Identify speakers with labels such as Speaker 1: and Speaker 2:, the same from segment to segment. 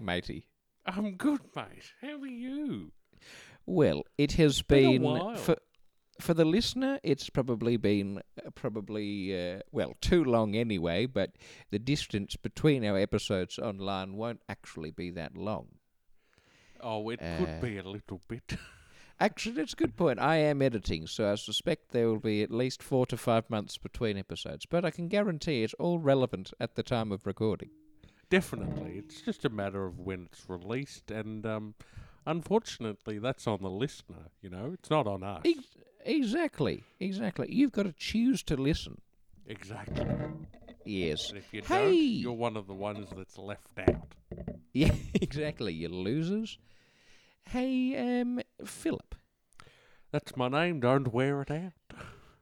Speaker 1: Matty?
Speaker 2: I'm good, mate. How are you?
Speaker 1: Well, it has
Speaker 2: Been a
Speaker 1: been,
Speaker 2: while.
Speaker 1: for for the listener. It's probably been uh, probably uh, well too long anyway. But the distance between our episodes online won't actually be that long.
Speaker 2: Oh, it
Speaker 1: Uh,
Speaker 2: could be a little bit.
Speaker 1: Actually, that's a good point. I am editing, so I suspect there will be at least four to five months between episodes. But I can guarantee it's all relevant at the time of recording.
Speaker 2: Definitely. It's just a matter of when it's released, and um, unfortunately, that's on the listener, you know? It's not on us.
Speaker 1: Ex- exactly, exactly. You've got to choose to listen.
Speaker 2: Exactly.
Speaker 1: Yes.
Speaker 2: And if you
Speaker 1: hey.
Speaker 2: don't, you're one of the ones that's left out.
Speaker 1: Yeah, exactly. You losers. Hey, um, Philip.
Speaker 2: That's my name. Don't wear it out.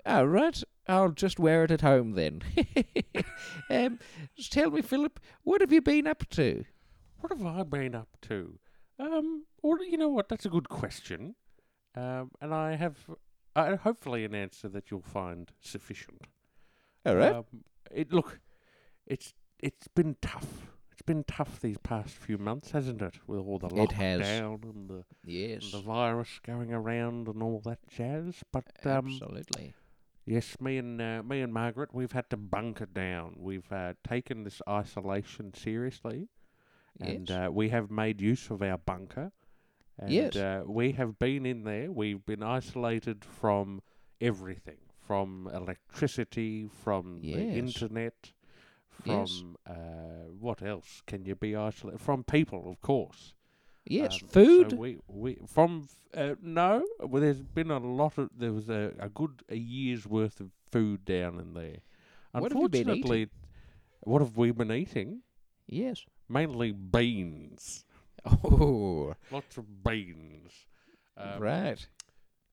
Speaker 1: All right, I'll just wear it at home then. um, s- tell me, Philip, what have you been up to?
Speaker 2: What have I been up to? Um, or you know what? That's a good question. Um, and I have uh, hopefully an answer that you'll find sufficient.
Speaker 1: All right.
Speaker 2: Um, it look, it's it's been tough. It's been tough these past few months, hasn't it? With all the
Speaker 1: It has.
Speaker 2: lockdown and um, the and
Speaker 1: yes,
Speaker 2: the virus going around and all that jazz. But um,
Speaker 1: absolutely.
Speaker 2: yes, me and uh, me and Margaret, we've had to bunker down. We've uh, taken this isolation seriously, and
Speaker 1: yes.
Speaker 2: uh, we have made use of our bunker. And,
Speaker 1: Yes.
Speaker 2: uh, we have been in there. We've been isolated from everything, from electricity, from
Speaker 1: Yes.
Speaker 2: the internet, from
Speaker 1: Yes.
Speaker 2: uh, what else can you be isolated from? People, of course.
Speaker 1: yes,
Speaker 2: Um, so
Speaker 1: food.
Speaker 2: we, we from f- uh, no. Well, there's been a lot of there was a, a good a year's worth of food down in there.
Speaker 1: What have you been eating?
Speaker 2: Unfortunately, what have we been eating?
Speaker 1: yes.
Speaker 2: Mainly beans.
Speaker 1: Oh,
Speaker 2: Lots of beans. Um,
Speaker 1: right.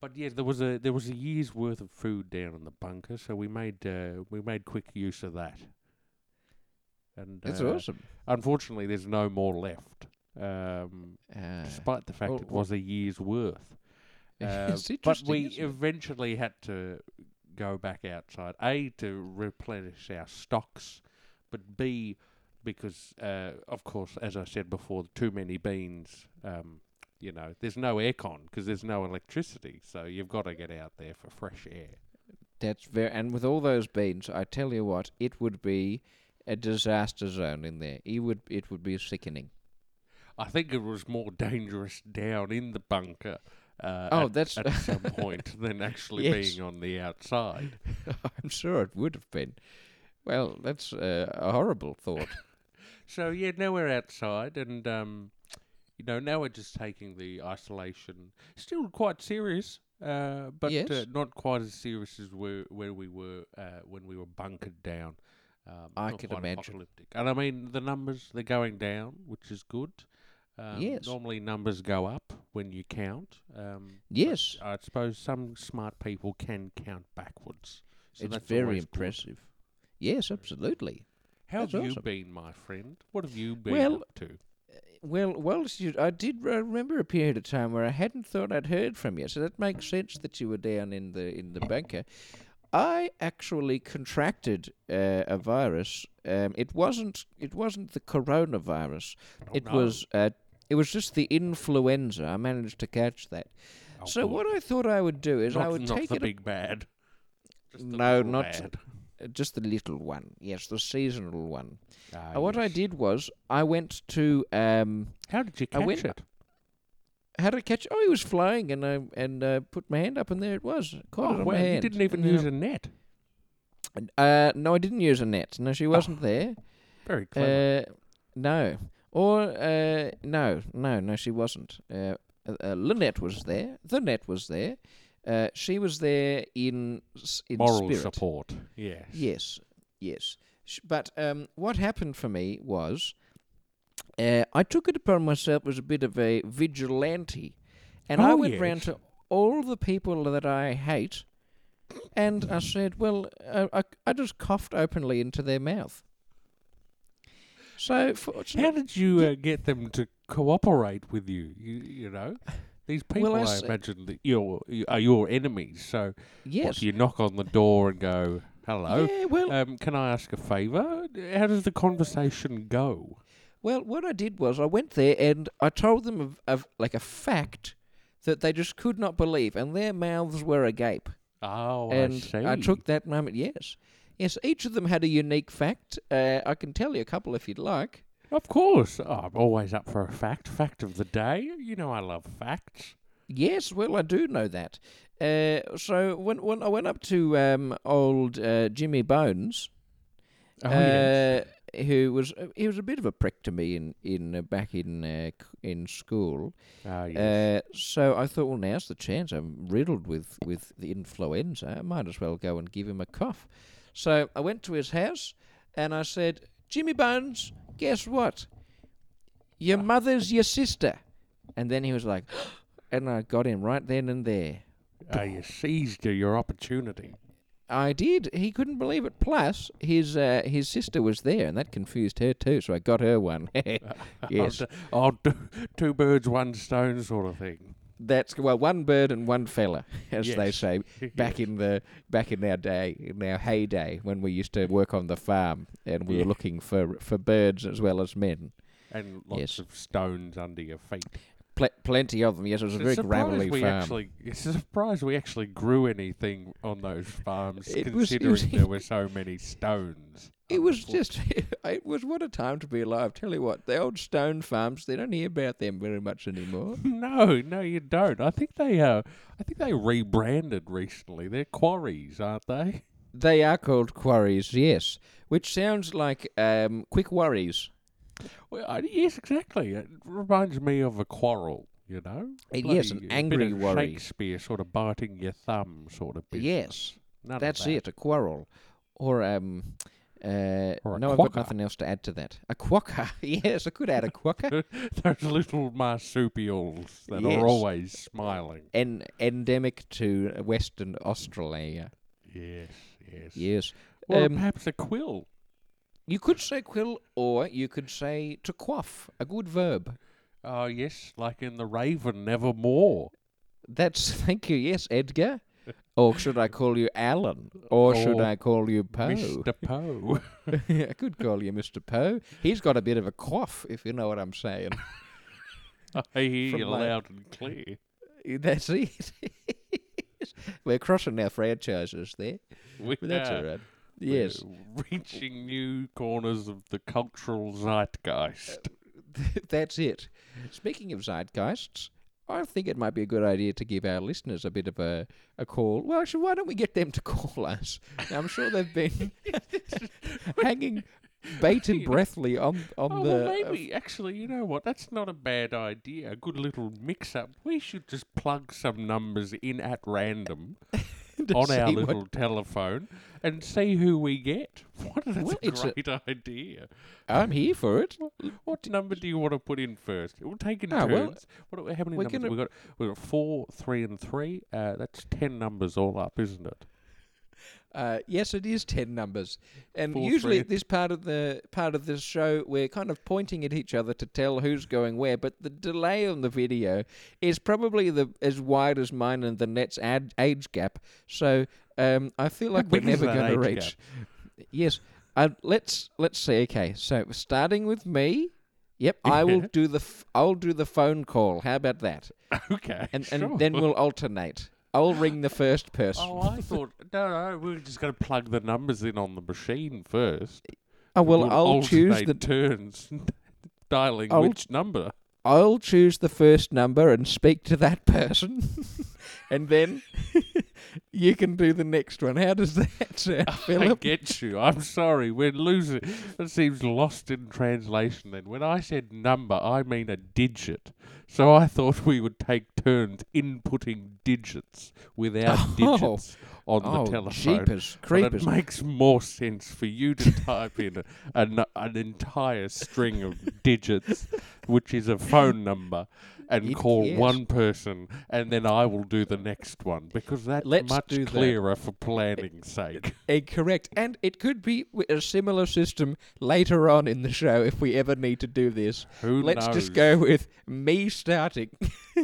Speaker 2: But yeah, there was a there was a year's worth of food down in the bunker, so we made uh, we made quick use of that. And
Speaker 1: That's
Speaker 2: uh,
Speaker 1: awesome.
Speaker 2: Unfortunately, there's no more left. Um,
Speaker 1: Uh,
Speaker 2: despite the fact
Speaker 1: well,
Speaker 2: it
Speaker 1: well-
Speaker 2: was a year's worth. Uh,
Speaker 1: It's
Speaker 2: but
Speaker 1: interesting,
Speaker 2: we
Speaker 1: isn't it?
Speaker 2: eventually had to go back outside. A to replenish our stocks, but B because uh, of course, as I said before, too many beans. Um, you know, there's no aircon because there's no electricity, so you've got to get out there for fresh air.
Speaker 1: That's very, and with all those beans, I tell you what, it would be a disaster zone in there. It would, it would be sickening.
Speaker 2: I think it was more dangerous down in the bunker. Uh,
Speaker 1: Oh,
Speaker 2: at,
Speaker 1: that's-
Speaker 2: at some point than actually
Speaker 1: Yes.
Speaker 2: being on the outside.
Speaker 1: I'm sure it would have been. Well, that's uh, a horrible thought.
Speaker 2: So yeah, now we're outside, and um, you know now we're just taking the isolation. Still quite serious, uh, but uh,
Speaker 1: Yes.
Speaker 2: not quite as serious as where where we were uh, when we were bunkered down. Um,
Speaker 1: I
Speaker 2: not
Speaker 1: can
Speaker 2: quite
Speaker 1: imagine.
Speaker 2: apocalyptic. And I mean the numbers they're going down, which is good. Um,
Speaker 1: Yes.
Speaker 2: Normally numbers go up when you count. Um, but
Speaker 1: Yes.
Speaker 2: I suppose some smart people can count backwards. So
Speaker 1: it's
Speaker 2: that's
Speaker 1: very
Speaker 2: always good.
Speaker 1: impressive. Yes, absolutely.
Speaker 2: How have
Speaker 1: That's
Speaker 2: you
Speaker 1: awesome.
Speaker 2: been, my friend? What have you been
Speaker 1: Well,
Speaker 2: up to?
Speaker 1: Well, well, you, I did re- remember a period of time where I hadn't thought I'd heard from you, so that makes sense that you were down in the in the bunker. I actually contracted uh, a virus. Um, it wasn't it wasn't the coronavirus. it
Speaker 2: no.
Speaker 1: was uh, it was just the influenza. I managed to catch that.
Speaker 2: Oh,
Speaker 1: so
Speaker 2: good.
Speaker 1: what I thought I would do is
Speaker 2: not,
Speaker 1: I would
Speaker 2: not
Speaker 1: take
Speaker 2: the
Speaker 1: it up-
Speaker 2: big bad. Just the
Speaker 1: No,
Speaker 2: little
Speaker 1: not-
Speaker 2: bad.
Speaker 1: uh, just the little one. Yes, the seasonal one.
Speaker 2: Ah,
Speaker 1: Uh, what I did was I went to um,
Speaker 2: How did you
Speaker 1: I
Speaker 2: catch
Speaker 1: went-
Speaker 2: it?
Speaker 1: how to catch. Oh, he was flying, and I and uh, put my hand up, and there it was. Caught it
Speaker 2: oh,
Speaker 1: on
Speaker 2: well,
Speaker 1: my hand.
Speaker 2: you didn't even
Speaker 1: and,
Speaker 2: use a net.
Speaker 1: a. Uh, no, I didn't use a net. No, she wasn't there.
Speaker 2: Very Ah, clever.
Speaker 1: Uh, no, or uh, no, no, no, she wasn't. Uh, uh, uh, Lynette was there. The net was there. Uh, she was there in s- in
Speaker 2: Moral
Speaker 1: spirit.
Speaker 2: support. Yes.
Speaker 1: Yes, yes. Sh- But um, what happened for me was uh, I took it upon myself as a bit of a vigilante, and I
Speaker 2: Oh,
Speaker 1: went
Speaker 2: yes.
Speaker 1: round to all the people that I hate, and I said, "Well, uh, I, I just coughed openly into their mouth." So,
Speaker 2: How
Speaker 1: fortunately,
Speaker 2: did you uh, get them to cooperate with you? You, you know, these people,
Speaker 1: Well, I
Speaker 2: I,
Speaker 1: s-
Speaker 2: imagine, that you're, you are your enemies. So what,
Speaker 1: yes,
Speaker 2: do you knock on the door and go, hello? Uh,
Speaker 1: yeah, well,
Speaker 2: Um, can I ask a favour? How does the conversation go?
Speaker 1: Well, what I did was I went there and I told them of, of like a fact that they just could not believe, and their mouths were agape.
Speaker 2: Oh, I
Speaker 1: and
Speaker 2: see.
Speaker 1: I, took that moment. Yes, yes. Each of them had a unique fact. Uh, I can tell you a couple if you'd like.
Speaker 2: Of course, oh, I'm always up for a fact. Fact of the day. You know I love facts.
Speaker 1: Yes, well, I do know that. Uh, so when when I went up to um, old uh, Jimmy Bones,
Speaker 2: Oh,
Speaker 1: uh,
Speaker 2: yes.
Speaker 1: who was he was a bit of a prick to me in in uh, back in uh, c- in school.
Speaker 2: Oh, yes.
Speaker 1: Uh, so I thought, well, now's the chance. I'm riddled with with the influenza. I might as well go and give him a cough. So I went to his house and I said, Jimmy Bones, guess what? Your mother's your sister. And then he was like, and I got him right then and there.
Speaker 2: oh, you seized your opportunity.
Speaker 1: I did. He couldn't believe it. Plus, his uh, his sister was there, and that confused her too. So I got her one. yes,
Speaker 2: I'll do, I'll do two birds, one stone sort of thing.
Speaker 1: that's well, one bird and one fella, as they
Speaker 2: Yes.
Speaker 1: say. Back in the back in our day, in our heyday, when we used to work on the farm, and we
Speaker 2: Yeah.
Speaker 1: were looking for for birds as well as men.
Speaker 2: and lots
Speaker 1: Yes.
Speaker 2: of stones under your feet.
Speaker 1: Pl- plenty of them. Yes, it was a very gravelly
Speaker 2: we
Speaker 1: farm.
Speaker 2: actually it's a surprise we actually grew anything on those farms
Speaker 1: It was- it
Speaker 2: considering
Speaker 1: was-
Speaker 2: there were so many stones.
Speaker 1: It
Speaker 2: on the
Speaker 1: was
Speaker 2: floor.
Speaker 1: just, it was what a time to be alive. Tell you what, the old stone farms, they don't hear about them very much anymore.
Speaker 2: No, no you don't. I think they uh I think they rebranded recently. They're quarries, aren't they?
Speaker 1: They are called quarries, yes, which sounds like um, quick worries.
Speaker 2: Well, I, yes, exactly. It reminds me of a quarrel, you know?
Speaker 1: Uh, yes, an
Speaker 2: Bloody- a bit
Speaker 1: angry
Speaker 2: of
Speaker 1: worry.
Speaker 2: Shakespeare sort of biting your thumb sort of business.
Speaker 1: Yes,
Speaker 2: None of
Speaker 1: that's
Speaker 2: that.
Speaker 1: it, a quarrel. Or, um, uh,
Speaker 2: Or a
Speaker 1: no, I've got
Speaker 2: quokka.
Speaker 1: nothing else to add to that. A quokka, yes, I could add a quokka.
Speaker 2: Those little marsupials that
Speaker 1: Yes.
Speaker 2: are always smiling.
Speaker 1: En- endemic to Western Australia.
Speaker 2: Yes, yes.
Speaker 1: Yes.
Speaker 2: Or
Speaker 1: Um,
Speaker 2: perhaps a quill.
Speaker 1: you could say quill, or you could say to quaff, a good verb.
Speaker 2: Oh, yes, like in The Raven, Nevermore.
Speaker 1: That's, thank you, yes, Edgar. Or should I call you Alan? Or should
Speaker 2: Or
Speaker 1: I call you Poe?
Speaker 2: Mr. Poe.
Speaker 1: I could call you Mr. Poe. He's got a bit of a cough, if you know what I'm saying.
Speaker 2: I hear
Speaker 1: From
Speaker 2: you
Speaker 1: my-
Speaker 2: loud and clear.
Speaker 1: That's it. We're crossing our franchises there,
Speaker 2: We
Speaker 1: but that's
Speaker 2: are,
Speaker 1: all right.
Speaker 2: we're
Speaker 1: Yes,
Speaker 2: Reaching new corners of the cultural zeitgeist.
Speaker 1: Uh, that's it. Speaking of zeitgeists, I think it might be a good idea to give our listeners a bit of a, a call. Well, actually, why don't we get them to call us? Now, I'm sure they've been hanging bait and breathly on, on
Speaker 2: Oh,
Speaker 1: the. uh,
Speaker 2: well, maybe. Actually, you know what? That's not a bad idea. A good little mix up. We should just plug some numbers in at random
Speaker 1: to
Speaker 2: on our
Speaker 1: see what-
Speaker 2: little telephone and see who we get. What? That's
Speaker 1: Well,
Speaker 2: a
Speaker 1: it's a-
Speaker 2: great idea.
Speaker 1: I'm here for it.
Speaker 2: What number do you want to put in first? We'll take in
Speaker 1: Ah, well,
Speaker 2: turns. What, do- how many
Speaker 1: we're
Speaker 2: numbers?
Speaker 1: gonna-
Speaker 2: We've got, we got four, three, and three. Uh, that's ten numbers all up, isn't it?
Speaker 1: Uh, yes, it is ten numbers, and
Speaker 2: Four,
Speaker 1: usually
Speaker 2: three.
Speaker 1: at this part of the part of the show, we're kind of pointing at each other to tell who's going where. But the delay on the video is probably the as wide as mine and the net's ad, age gap. So um, I feel like we're
Speaker 2: big is
Speaker 1: never
Speaker 2: that
Speaker 1: going to
Speaker 2: age
Speaker 1: reach. Yes, uh, let's let's see. Okay, so starting with me. Yep, I will do the f- I'll do the phone call. How about that?
Speaker 2: Okay.
Speaker 1: And
Speaker 2: sure.
Speaker 1: and then we'll alternate. I'll ring the first person.
Speaker 2: Oh, I thought no, no. We were just going to plug the numbers in on the machine first.
Speaker 1: oh well,
Speaker 2: We'll
Speaker 1: I'll choose
Speaker 2: alternate
Speaker 1: the
Speaker 2: turns dialing
Speaker 1: I'll-
Speaker 2: which number.
Speaker 1: I'll choose the first number and speak to that person, and then you can do the next one. How does that sound,
Speaker 2: I
Speaker 1: Philip?
Speaker 2: get you. I'm sorry. We're losing. That seems lost in translation then. When I said number, I mean a digit. So I thought we would take turns inputting digits without
Speaker 1: Oh.
Speaker 2: digits on
Speaker 1: oh,
Speaker 2: the telephone.
Speaker 1: jeepers,
Speaker 2: But
Speaker 1: creepers!
Speaker 2: it makes more sense for you to type in a, an, an entire string of digits, which is a phone number, and
Speaker 1: It-
Speaker 2: call
Speaker 1: yes.
Speaker 2: one person, and then I will do the next one because that's
Speaker 1: Let's
Speaker 2: much
Speaker 1: do that.
Speaker 2: clearer for planning's sake.
Speaker 1: Eh, correct, and it could be w- a similar system later on in the show if we ever need to do this.
Speaker 2: Who
Speaker 1: Let's
Speaker 2: knows?
Speaker 1: just go with me starting.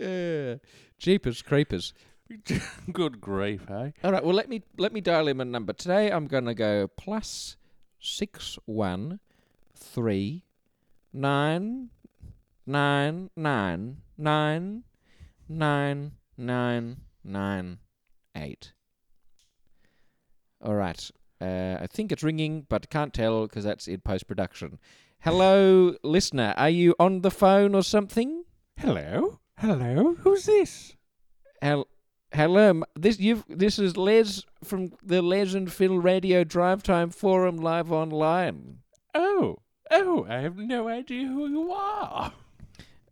Speaker 1: uh, jeepers, creepers!
Speaker 2: Good grief, eh?
Speaker 1: All right. Well, let me let me dial him a number today. I'm going to go plus six one three nine nine nine nine nine nine nine eight. All right. Uh, I think it's ringing, but can't tell because that's in post production. Hello, listener. Are you on the phone or something?
Speaker 2: Hello? Hello? Who's this?
Speaker 1: Hel- hello, m- this you this is Les from the Les and Phil Radio Drive Time Forum live online.
Speaker 2: Oh. Oh, I have no idea who you are.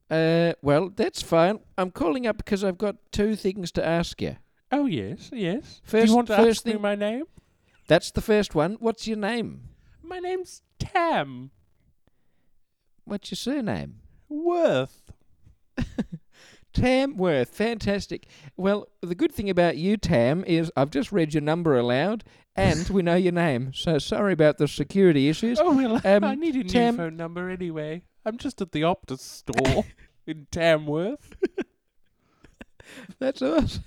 Speaker 1: Uh, well, that's fine. I'm calling up because I've got two things to ask you.
Speaker 2: Oh, yes, yes. Do
Speaker 1: First-
Speaker 2: you want to
Speaker 1: first
Speaker 2: ask me
Speaker 1: thing-
Speaker 2: my name?
Speaker 1: That's the first one. What's your name?
Speaker 2: My name's Tam
Speaker 1: What's your surname?
Speaker 2: Worth.
Speaker 1: Tam Worth. Fantastic. Well, the good thing about you, Tam, is I've just read your number aloud and we know your name. So sorry about the security issues.
Speaker 2: Oh, well,
Speaker 1: Um,
Speaker 2: I need a new
Speaker 1: Tam-
Speaker 2: phone number anyway. I'm just at the Optus store in Tamworth.
Speaker 1: That's awesome.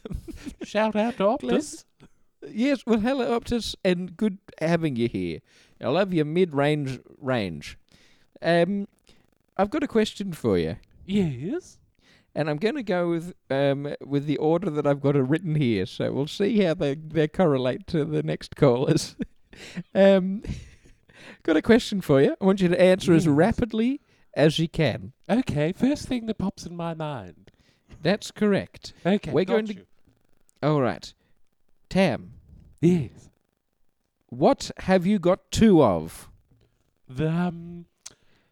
Speaker 2: Shout out to Optus.
Speaker 1: Glad- Yes, well, hello, Optus, and good having you here. I love your mid-range range. Um, I've got a question for you,
Speaker 2: Yes.
Speaker 1: and I'm going to go with um with the order that I've got it written here. So we'll see how they they correlate to the next callers. um, got a question for you. I want you to answer as
Speaker 2: Yes.
Speaker 1: rapidly as you can.
Speaker 2: Okay, first thing that pops in my mind.
Speaker 1: That's correct.
Speaker 2: Okay,
Speaker 1: We're
Speaker 2: got
Speaker 1: going to-
Speaker 2: you.
Speaker 1: All right, Tam,
Speaker 2: Yes.
Speaker 1: what have you got two of?
Speaker 2: The, um,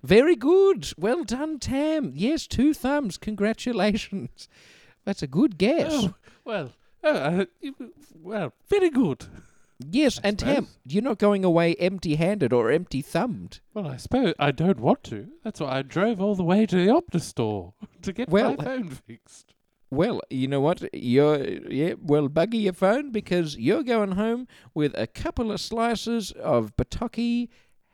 Speaker 1: Very good. Well done, Tam. Yes, two thumbs. Congratulations. That's a good guess.
Speaker 2: Oh, well, oh, uh, you- well, very good.
Speaker 1: yes,
Speaker 2: I
Speaker 1: and Tam,
Speaker 2: suppose.
Speaker 1: you're not going away empty handed or empty thumbed.
Speaker 2: Well, I suppose I don't want to. That's why I drove all the way to the Optus store to get
Speaker 1: Well,
Speaker 2: my phone fixed.
Speaker 1: Well, you know what? You're yeah, well buggy your phone because you're going home with a couple of slices of bataki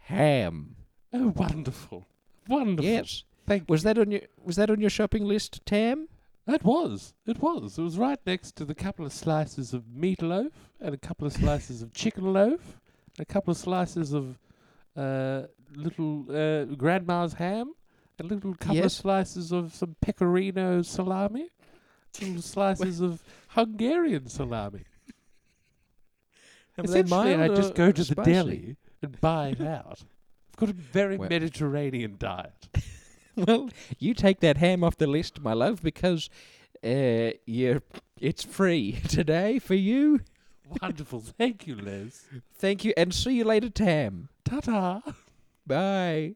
Speaker 1: ham.
Speaker 2: Oh, wonderful. Wonderful.
Speaker 1: Yes.
Speaker 2: Thank
Speaker 1: Was that on your was that on your shopping list, Tam?
Speaker 2: It was. It was. It was right next to the couple of slices of meatloaf and a couple of slices of chicken loaf and a couple of slices of uh, little uh, grandma's ham, a little couple of
Speaker 1: Yes.
Speaker 2: slices of some pecorino salami, little slices of Hungarian salami. Essentially, I just go
Speaker 1: uh,
Speaker 2: to the deli and buy it out. I've got a very
Speaker 1: Well-
Speaker 2: Mediterranean diet.
Speaker 1: Well, you take that ham off the list, my love, because uh, you're, it's free today for you.
Speaker 2: Wonderful. Thank you, Liz.
Speaker 1: Thank you, and see you later, Tam.
Speaker 2: Ta ta.
Speaker 1: Bye.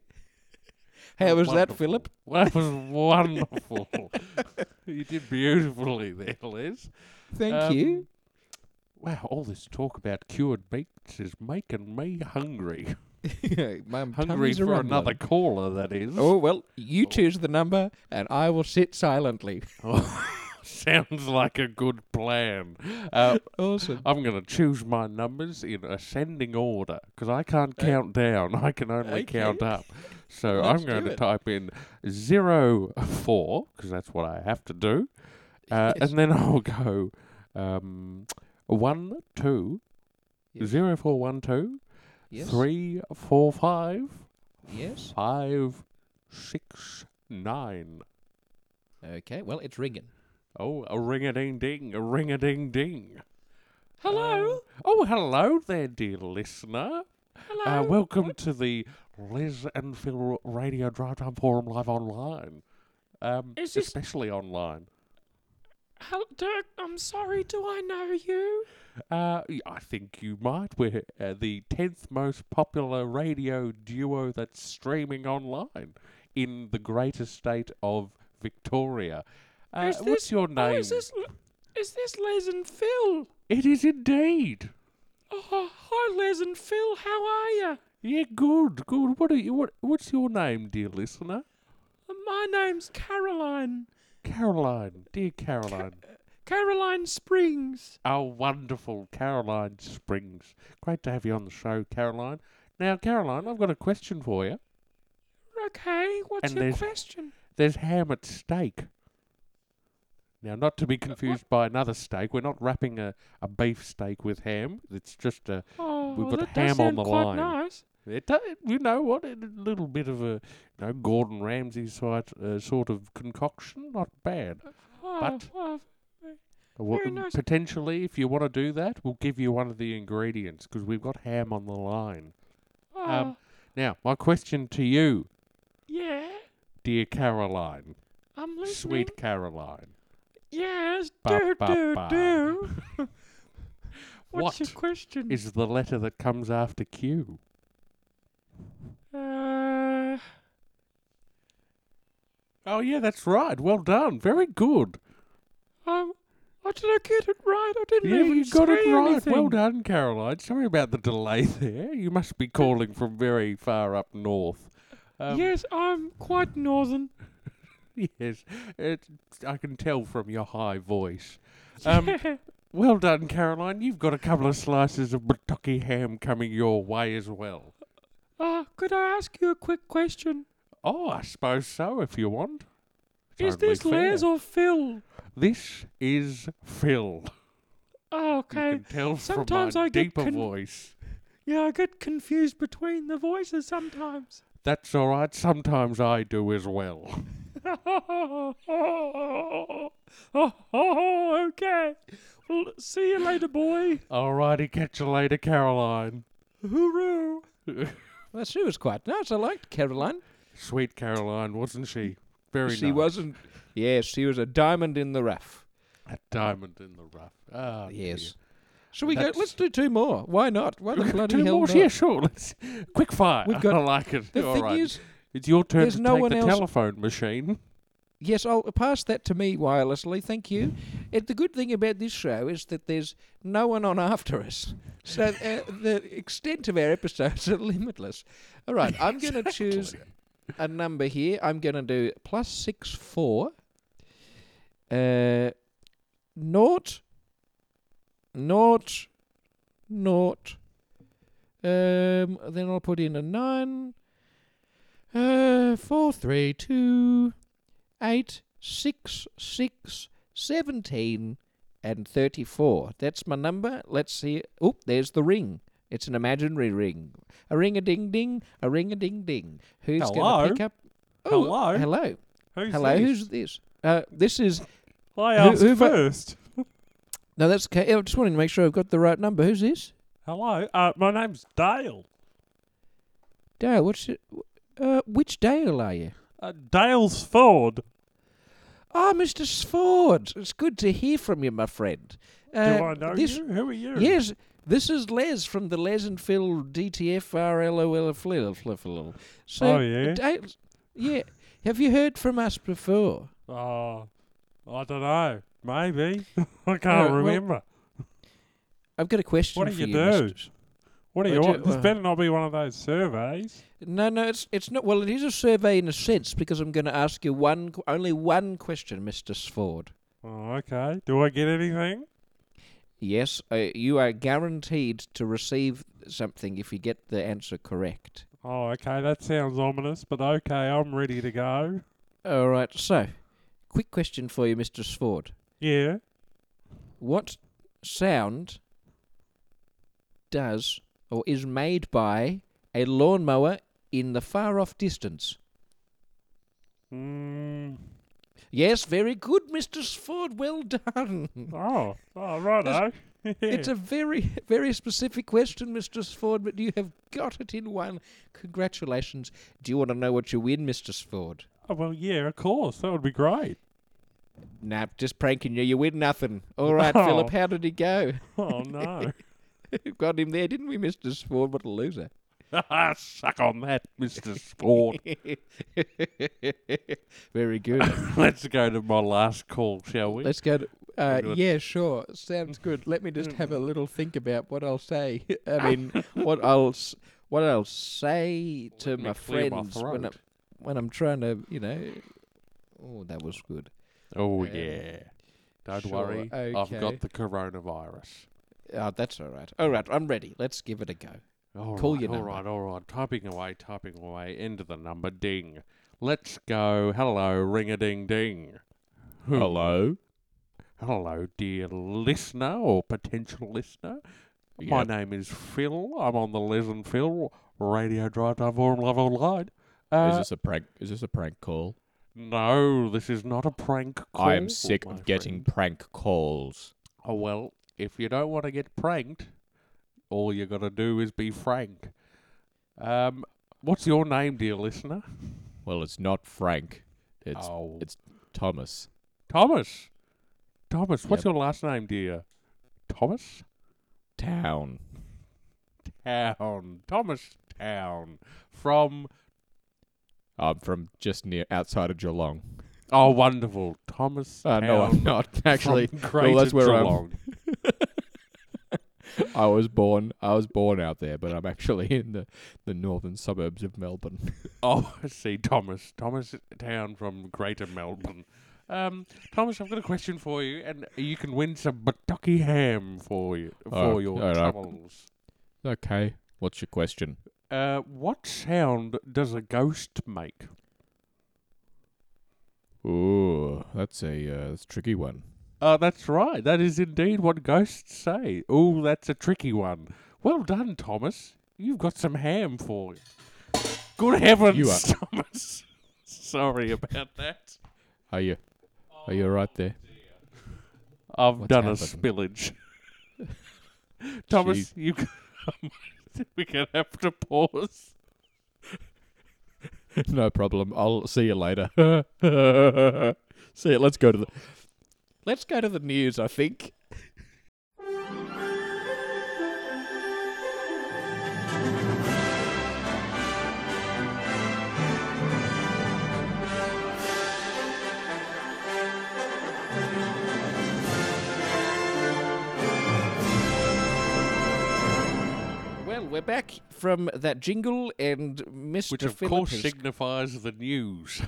Speaker 2: Oh,
Speaker 1: How was that, Philip?
Speaker 2: That was wonderful. you did beautifully there, Liz.
Speaker 1: Thank
Speaker 2: Um,
Speaker 1: you.
Speaker 2: Wow, all this talk about cured meats is making me hungry.
Speaker 1: my
Speaker 2: Hungry
Speaker 1: tummy's a
Speaker 2: for another
Speaker 1: rumbling.
Speaker 2: caller, that is.
Speaker 1: Oh well, you choose the number, and I will sit silently.
Speaker 2: Sounds like a good plan. Uh,
Speaker 1: Awesome.
Speaker 2: I'm going to choose my numbers in ascending order because I can't count down. I can only
Speaker 1: okay.
Speaker 2: count up. So
Speaker 1: Let's
Speaker 2: I'm going
Speaker 1: do
Speaker 2: to
Speaker 1: it.
Speaker 2: type in zero four because that's what I have to do, uh,
Speaker 1: Yes.
Speaker 2: and then I'll go um, one two
Speaker 1: Yes.
Speaker 2: zero four one two
Speaker 1: Yes.
Speaker 2: three four five
Speaker 1: Yes.
Speaker 2: five six nine.
Speaker 1: Okay. Well, it's ringing.
Speaker 2: Oh, a ring a ding ding, a ring a ding ding. Hello. oh, hello there, dear listener. Hello. Uh, welcome to the Liz and Phil Radio Drive Time Forum live online. Um,
Speaker 3: Is this-
Speaker 2: Especially online.
Speaker 3: Hel- Dirk, I'm sorry, do I know you?
Speaker 2: Uh, y- I think you might. We're uh, the 10th most popular radio duo that's streaming online in the greater state of Victoria. Uh,
Speaker 3: Is
Speaker 2: what's
Speaker 3: this-
Speaker 2: your name?
Speaker 3: Oh, is this, L- is this Les and Phil?
Speaker 2: It is indeed.
Speaker 3: Oh, hi, Les and Phil, how are you?
Speaker 2: Yeah, good, good. What are you? What, what's your name, dear listener?
Speaker 3: Uh, My name's Caroline.
Speaker 2: Caroline, dear Caroline.
Speaker 3: Caroline Springs.
Speaker 2: Our wonderful Caroline Springs. Great to have you on the show, Caroline. Now, Caroline, I've got a question for you.
Speaker 3: Okay, what's
Speaker 2: And
Speaker 3: your
Speaker 2: there's-
Speaker 3: question?
Speaker 2: There's ham at stake. Now, not to
Speaker 3: Uh,
Speaker 2: be confused by another steak. We're not wrapping a, a beef steak with ham. It's just a.
Speaker 3: Oh,
Speaker 2: We've
Speaker 3: well,
Speaker 2: got
Speaker 3: Oh, that
Speaker 2: ham
Speaker 3: does
Speaker 2: on
Speaker 3: sound
Speaker 2: the
Speaker 3: quite
Speaker 2: line.
Speaker 3: nice.
Speaker 2: It, do- you know what? A little bit of a you know Gordon Ramsay sort uh, sort of concoction, not bad.
Speaker 3: Oh,
Speaker 2: But-
Speaker 3: oh,
Speaker 2: Wha-
Speaker 3: Very nice.
Speaker 2: Potentially, if you want to do that, we'll give you one of the ingredients because we've got ham on the line.
Speaker 3: oh,
Speaker 2: Um, Now, my question to you,
Speaker 3: yeah,
Speaker 2: dear Caroline,
Speaker 3: I'm listening.
Speaker 2: sweet Caroline,
Speaker 3: Yes,
Speaker 2: Ba,
Speaker 3: do,
Speaker 2: ba,
Speaker 3: do,
Speaker 2: ba.
Speaker 3: do.
Speaker 2: What
Speaker 3: What's your question?
Speaker 2: is the letter that comes after Q?
Speaker 3: uh,
Speaker 2: Oh yeah, that's right. Well done. Very good.
Speaker 3: um, oh, did I get it right? I didn't
Speaker 2: Yeah,
Speaker 3: even
Speaker 2: you got it
Speaker 3: say
Speaker 2: right.
Speaker 3: anything.
Speaker 2: Well done, Caroline. Sorry about the delay there. You must be calling from very far up north. Um,
Speaker 3: yes, I'm quite northern.
Speaker 2: Yes, it, I can tell from your high voice. Um,
Speaker 3: Yeah.
Speaker 2: Well done, Caroline. You've got a couple of slices of Kentucky ham coming your way as well.
Speaker 3: Uh, could I ask you a quick question?
Speaker 2: Oh, I suppose so, if you want.
Speaker 3: Is this Les or Phil?
Speaker 2: This is Phil.
Speaker 3: Oh,
Speaker 2: You
Speaker 3: okay.
Speaker 2: can tell
Speaker 3: Sometimes
Speaker 2: from my
Speaker 3: I get
Speaker 2: deeper
Speaker 3: con-
Speaker 2: voice.
Speaker 3: Yeah, I get confused between the voices sometimes.
Speaker 2: That's all right. Sometimes I do as well.
Speaker 3: okay. Well, see you later, boy.
Speaker 2: All righty, catch you later, Caroline.
Speaker 3: Hooroo.
Speaker 1: Well, she was quite nice. I liked Caroline.
Speaker 2: Sweet Caroline, wasn't she? Very
Speaker 1: she
Speaker 2: nice.
Speaker 1: wasn't. Yes, she was a diamond in the rough.
Speaker 2: a diamond in the rough. Ah,
Speaker 1: Yes. Shall we
Speaker 2: That's-
Speaker 1: go? Let's do two more. Why not? Why the bloody
Speaker 2: Two
Speaker 1: hell
Speaker 2: more?
Speaker 1: not?
Speaker 2: Yeah, sure. Let's quick fire.
Speaker 1: We've got-
Speaker 2: I like it.
Speaker 1: The
Speaker 2: All
Speaker 1: thing
Speaker 2: right.
Speaker 1: is,
Speaker 2: It's your turn
Speaker 1: There's
Speaker 2: to
Speaker 1: no
Speaker 2: take
Speaker 1: one
Speaker 2: the
Speaker 1: else-
Speaker 2: telephone machine.
Speaker 1: yes, I'll pass that to me wirelessly. Thank you. and the good thing about this show is that there's no one on after us, so uh, the extent of our episodes are limitless. All right, I'm going to choose a number here. I'm going to do plus six four. Uh, naught, naught, naught. Um, then I'll put in a nine. Uh, four three two, eight six six seventeen, and thirty-four. That's my number. Let's see. Oop, there's the ring. It's an imaginary ring. A ring a ding ding, a ring a ding ding. Who's
Speaker 2: Hello?
Speaker 1: going to pick up? Oh,
Speaker 2: Hello?
Speaker 1: Hello.
Speaker 2: Who's
Speaker 1: Hello, who's this? Uh, this is
Speaker 2: I
Speaker 1: who- asked who va-
Speaker 2: first.
Speaker 1: no, that's okay. I just wanted to make sure I've got the right number. Who's this?
Speaker 2: Hello, uh, my name's Dale.
Speaker 1: Dale. What's it? Uh, which Dale are you?
Speaker 2: Uh, Dale's Ford.
Speaker 1: Ah, Mr. Sford. It's good to hear from you, my friend. Uh,
Speaker 2: Do I know
Speaker 1: this,
Speaker 2: you? Who are you?
Speaker 1: Yes, this is Les from the Les and Phil DTFRLOL. So,
Speaker 2: Oh, yeah?
Speaker 1: Dale, yeah. Have you heard from us before?
Speaker 2: Oh, I don't know. Maybe. I
Speaker 1: Oh,
Speaker 2: can't
Speaker 1: well,
Speaker 2: remember.
Speaker 1: I've got a question
Speaker 2: What do
Speaker 1: for
Speaker 2: you
Speaker 1: you.
Speaker 2: do?
Speaker 1: Mr.
Speaker 2: What do
Speaker 1: I
Speaker 2: you
Speaker 1: do-
Speaker 2: want? This
Speaker 1: uh,
Speaker 2: better not be one of those surveys.
Speaker 1: No, no, it's it's not. Well, it is a survey in a sense because I'm going to ask you one, qu- only one question, Mister Sford.
Speaker 2: Oh, okay. Do I get anything?
Speaker 1: Yes, uh, you are guaranteed to receive something if you get the answer correct.
Speaker 2: Oh, okay. That sounds ominous, but okay. I'm ready to go.
Speaker 1: All right. So, quick question for you, Mister Sford.
Speaker 2: Yeah.
Speaker 1: What sound does or is made by a lawnmower in the far-off distance?
Speaker 2: Mm.
Speaker 1: Yes, very good, Mister Sford. Well done.
Speaker 2: Oh, oh, righto. yeah.
Speaker 1: It's a very, very specific question, Mr. Sford, but you have got it in one. Congratulations. Do you want to know what you win, Mr. Sford?
Speaker 2: Oh, well, yeah, of course. That would be great.
Speaker 1: Nah, just pranking you. You win nothing. All right, Philip,
Speaker 2: Oh.
Speaker 1: how did he go?
Speaker 2: Oh, no.
Speaker 1: got him there, didn't we, Mr. Sford? What a loser. Ah,
Speaker 2: Suck on that, Mr. Sport.
Speaker 1: very good.
Speaker 2: Let's go to my last call, shall we?
Speaker 1: Let's go to. Uh,
Speaker 2: Good.
Speaker 1: yeah, sure. Sounds good. Let me just
Speaker 2: Mm.
Speaker 1: have a little think about what I'll say. I mean, what I'll s- what I'll say to
Speaker 2: Let me
Speaker 1: my
Speaker 2: clear my
Speaker 1: friends when I'm
Speaker 2: throat.
Speaker 1: when I'm trying to, you know. Oh, that was good.
Speaker 2: Oh,
Speaker 1: Um,
Speaker 2: yeah. Don't
Speaker 1: sure,
Speaker 2: worry. I've
Speaker 1: okay.
Speaker 2: got the coronavirus.
Speaker 1: Oh, that's all right. All right, I'm ready. Let's give it a go.
Speaker 2: All right,
Speaker 1: Call your
Speaker 2: all
Speaker 1: number.
Speaker 2: right, all right. Typing away, typing away. End of the number. Ding. Let's go. Hello, ring a ding ding. Hello. Hello, dear listener or potential listener. My
Speaker 1: Yep.
Speaker 2: name is Phil. I'm on the Les and Phil Radio Drive Time Forum Live Online. Uh,
Speaker 4: is this a prank? Is this a prank call?
Speaker 2: no, this is not a prank call.
Speaker 4: I am sick
Speaker 2: my
Speaker 4: of getting
Speaker 2: friend.
Speaker 4: prank calls.
Speaker 2: Oh, well, if you don't want to get pranked, all you got to do is be frank. Um, what's your name, dear listener?
Speaker 4: Well, it's not Frank. It's
Speaker 2: oh,
Speaker 4: it's- Thomas.
Speaker 2: Thomas. Thomas, what's
Speaker 4: Yep.
Speaker 2: your last name, dear? Thomas
Speaker 4: Town.
Speaker 2: Town. Thomas Town. From,
Speaker 4: I'm from just near outside of Geelong.
Speaker 2: oh, wonderful. Thomas
Speaker 4: Uh,
Speaker 2: Town.
Speaker 4: no, I'm not actually.
Speaker 2: from Greater
Speaker 4: that's where I'm-
Speaker 2: Geelong.
Speaker 4: I was born. I was born out there, but I'm actually in the, the northern suburbs of Melbourne.
Speaker 2: Oh, I see, Thomas. Thomas Town from Greater Melbourne. Um, Thomas, I've got a question for you, and you can win some Batucky ham for you for
Speaker 4: Oh,
Speaker 2: your
Speaker 4: all right.
Speaker 2: troubles.
Speaker 4: okay. What's your question?
Speaker 2: Uh, what sound does a ghost make?
Speaker 4: Ooh, that's a uh, that's a tricky one.
Speaker 2: Uh, that's right. That is indeed what ghosts say. Ooh, that's a tricky one. Well done, Thomas. You've got some ham for you. Good heavens,
Speaker 4: You are-
Speaker 2: Thomas. Sorry about that.
Speaker 4: Are you are you all right there?
Speaker 2: I've
Speaker 4: What's
Speaker 2: done a
Speaker 4: happened?
Speaker 2: spillage. Thomas,
Speaker 4: Jeez.
Speaker 2: you c- we're gonna have to pause.
Speaker 4: no problem. I'll see you later. see you. Let's go to the Let's go to the news, I think.
Speaker 1: Well, we're back from that jingle, and Mr.
Speaker 2: Which of
Speaker 1: Phillip
Speaker 2: course
Speaker 1: has-
Speaker 2: signifies the news.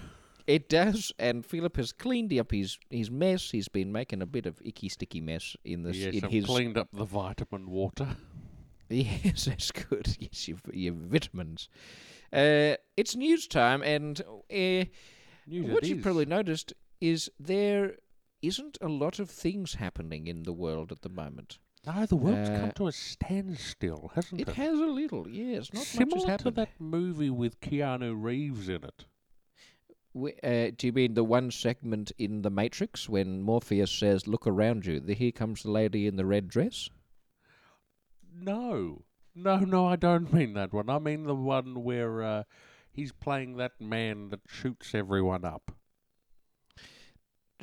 Speaker 1: it does, and Philip has cleaned up his, his mess. He's been making a bit of icky, sticky mess in this
Speaker 2: yes,
Speaker 1: in
Speaker 2: I've
Speaker 1: his.
Speaker 2: cleaned up the vitamin water.
Speaker 1: Yes, that's good. Yes, your, your vitamins. Uh, it's news time, and uh,
Speaker 2: News
Speaker 1: what you probably noticed is there isn't a lot of things happening in the world at the moment.
Speaker 2: no, the world's come
Speaker 1: Uh,
Speaker 2: to a standstill, hasn't it?
Speaker 1: It has a little, yes. Not
Speaker 2: Hmm. Similar
Speaker 1: much has
Speaker 2: to
Speaker 1: happened.
Speaker 2: that movie with Keanu Reeves in it.
Speaker 1: Wh- uh, do you mean the one segment in The Matrix when Morpheus says, "Look around you. The, here comes the lady in the red dress."
Speaker 2: No, no, no, I don't mean that one. I mean the one where uh, he's playing that man that shoots everyone up.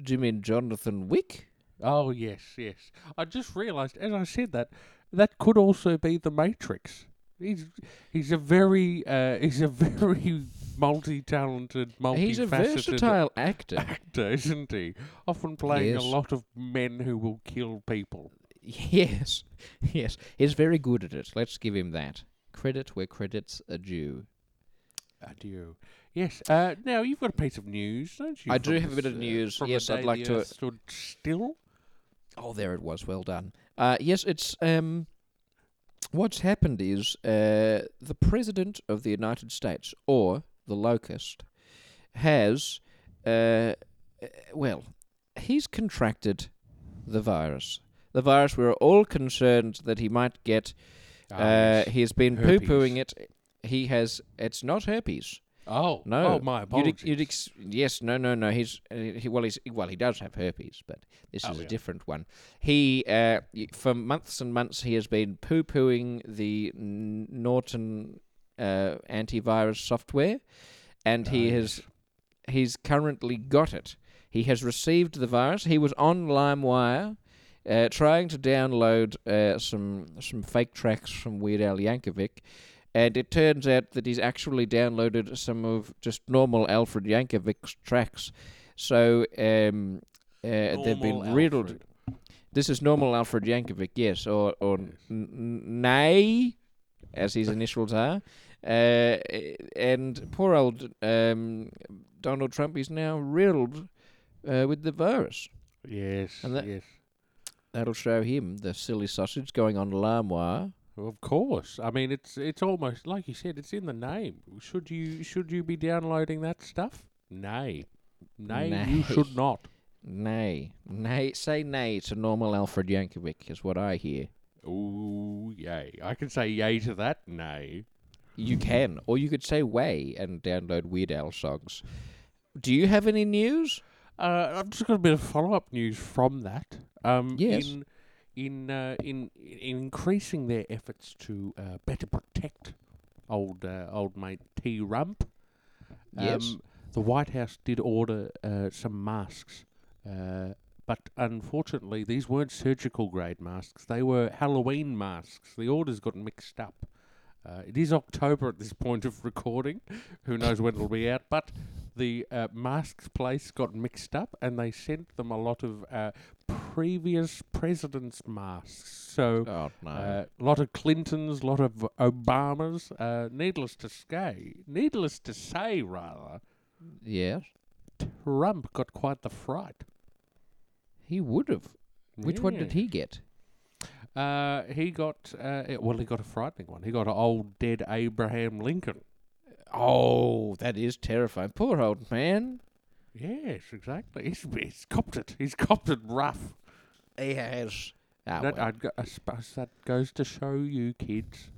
Speaker 1: Do you mean Jonathan Wick?
Speaker 2: Oh yes, yes. I just realised as I said that that could also be the Matrix. He's he's a very uh, he's a very multi-talented, multifaceted
Speaker 1: He's a versatile actor.
Speaker 2: actor, isn't he? Often playing
Speaker 1: Yes.
Speaker 2: a lot of men who will kill people.
Speaker 1: Yes, yes, he's very good at it. Let's give him that credit where credits are due.
Speaker 2: Adieu. Yes. Uh, now you've got a piece of news, don't you?
Speaker 1: I do
Speaker 2: from
Speaker 1: have a bit
Speaker 2: this,
Speaker 1: of
Speaker 2: uh,
Speaker 1: news.
Speaker 2: from a
Speaker 1: Yes, I'd
Speaker 2: day
Speaker 1: like
Speaker 2: the
Speaker 1: to-
Speaker 2: Earth Stood still.
Speaker 1: Oh, there it was. Well done. Uh, yes, it's um, what's happened is uh, the president of the United States or the locust has, uh, uh, well, he's contracted the virus. The virus we're all concerned that he might get.
Speaker 2: Ah,
Speaker 1: uh,
Speaker 2: yes.
Speaker 1: He's been
Speaker 2: Herpes.
Speaker 1: poo-pooing it. He has. It's not herpes.
Speaker 2: oh
Speaker 1: No.
Speaker 2: Oh my
Speaker 1: You'd,
Speaker 2: apologies.
Speaker 1: ex- you'd ex- yes, no, no, no. He's uh, he, well, he's well, he does have herpes, but this
Speaker 2: Oh,
Speaker 1: is a
Speaker 2: yeah.
Speaker 1: different one. He uh, y- for months and months he has been poo-pooing the N- Norton uh, antivirus software, and he
Speaker 2: Ah,
Speaker 1: has
Speaker 2: yes.
Speaker 1: he's currently got it. He has received the virus. He was on LimeWire. Uh, trying to download uh, some some fake tracks from Weird Al Yankovic, and it turns out that he's actually downloaded some of just normal Alfred Yankovic's tracks. So um, uh, they've been
Speaker 2: Normal
Speaker 1: riddled.
Speaker 2: Alfred.
Speaker 1: This is normal Alfred Yankovic, yes, or or
Speaker 2: Yes.
Speaker 1: n- n- Nay, as his initials are. Uh, and poor old um, Donald Trump is now riddled uh, with the virus.
Speaker 2: Yes.
Speaker 1: And that-
Speaker 2: yes.
Speaker 1: That'll show him the silly sausage going on LimeWire.
Speaker 2: Well, Of course. I mean, it's it's almost like you said. It's in the name. Should you should you be downloading that stuff? Nay, nay, you should
Speaker 1: Nay.
Speaker 2: not.
Speaker 1: Nay, nay, say nay to normal Alfred Yankovic is what I hear.
Speaker 2: Ooh, yay! I can say yay to that. Nay.
Speaker 1: You can, or you could say "way" and download Weird Al songs. Do you have any news?
Speaker 2: Uh, I've just got a bit of follow up news from that. Um,
Speaker 1: Yes.
Speaker 2: In in, uh, in in increasing their efforts to uh, better protect old uh, old mate T Rump.
Speaker 1: Yes.
Speaker 2: um, The White House did order uh, some masks, uh, but unfortunately, these weren't surgical grade masks. They were Halloween masks. The orders got mixed up. Uh, it is October at this point of recording. Who knows when it'll be out? But the uh, masks place got mixed up, and they sent them a lot of uh, previous presidents' masks. So uh,
Speaker 1: Oh no!
Speaker 2: a lot of Clintons, lot of Obamas. Uh, needless to say, needless to say, rather,
Speaker 1: yes,
Speaker 2: Trump got quite the fright.
Speaker 1: he would have. Which one did
Speaker 2: Yeah.
Speaker 1: he get?
Speaker 2: Uh, he got uh, eh, well. He got a frightening one. He got an old dead Abraham Lincoln.
Speaker 1: Oh, that is terrifying. Poor old man.
Speaker 2: Yes, exactly. He's, he's copped it. He's copped it rough.
Speaker 1: Yes. Ah,
Speaker 2: that,
Speaker 1: well.
Speaker 2: I'd go- I suppose that goes to show you kids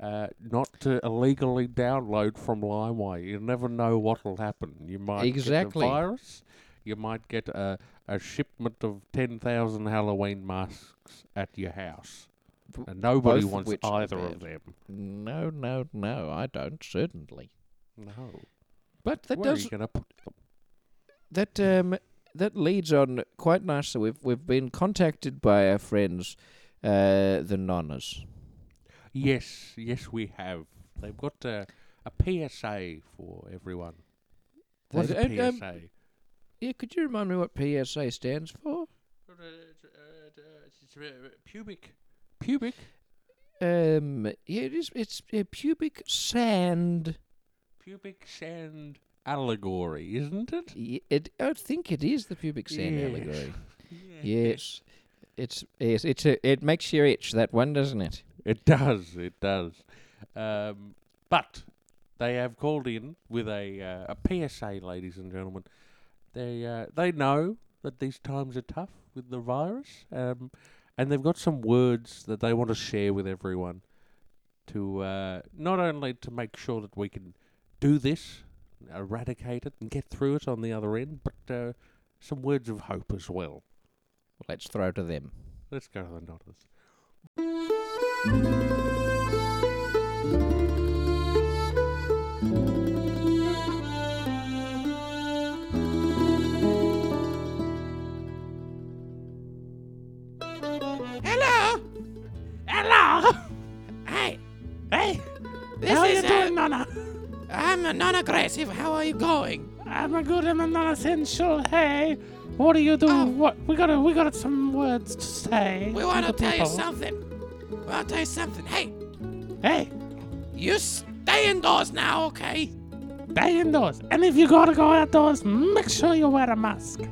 Speaker 2: uh, not to illegally download from LimeWire. You never know what'll happen. You might
Speaker 1: Exactly.
Speaker 2: get a virus. You might get a, a shipment of 10,000 Halloween masks at your house.
Speaker 1: B-
Speaker 2: And nobody
Speaker 1: both of
Speaker 2: wants
Speaker 1: which are
Speaker 2: either of
Speaker 1: bad.
Speaker 2: them.
Speaker 1: No, no, no. I don't certainly.
Speaker 2: No.
Speaker 1: But that
Speaker 2: Where are
Speaker 1: does
Speaker 2: you going to put them?
Speaker 1: that um that leads on quite nicely. We've we've been contacted by our friends, uh, the nonnas.
Speaker 2: Yes, yes, we have. They've got uh, a PSA for everyone. What is
Speaker 1: They-
Speaker 2: a
Speaker 1: and, um,
Speaker 2: PSA?
Speaker 1: Yeah, could you remind me what PSA stands for?
Speaker 2: Uh, uh, it's, uh, pubic. Pubic?
Speaker 1: Um, yeah, it is. It's uh, pubic sand.
Speaker 2: Pubic sand allegory, isn't it?
Speaker 1: Y- It, I think it is the pubic sand
Speaker 2: Yes.
Speaker 1: allegory. Yes, it's yes, it's a, it makes you itch that one, doesn't it?
Speaker 2: It does, it does. Um, but they have called in with a, uh, a PSA, ladies and gentlemen. They, uh, they know that these times are tough with the virus, um, and they've got some words that they want to share with everyone to uh, not only to make sure that we can do this, eradicate it, and get through it on the other end, but uh, some words of hope as well.
Speaker 1: Let's throw to them.
Speaker 2: Let's go to the notice.
Speaker 3: Hello. Hello. Hey. Hey. This
Speaker 2: How
Speaker 3: is
Speaker 2: you doing,
Speaker 3: uh,
Speaker 2: Nana?
Speaker 3: I'm a non-aggressive. How are you going?
Speaker 2: I'm a good. I'm a non-essential. Hey, what are you doing?
Speaker 3: Oh.
Speaker 2: What we got? to We got some words to say.
Speaker 3: We want to
Speaker 2: the
Speaker 3: tell you
Speaker 2: people.
Speaker 3: something. We want to tell you something. Hey,
Speaker 2: Hey,
Speaker 3: you stay indoors now, okay?
Speaker 2: stay indoors. And if you gotta go outdoors, make sure you wear a mask.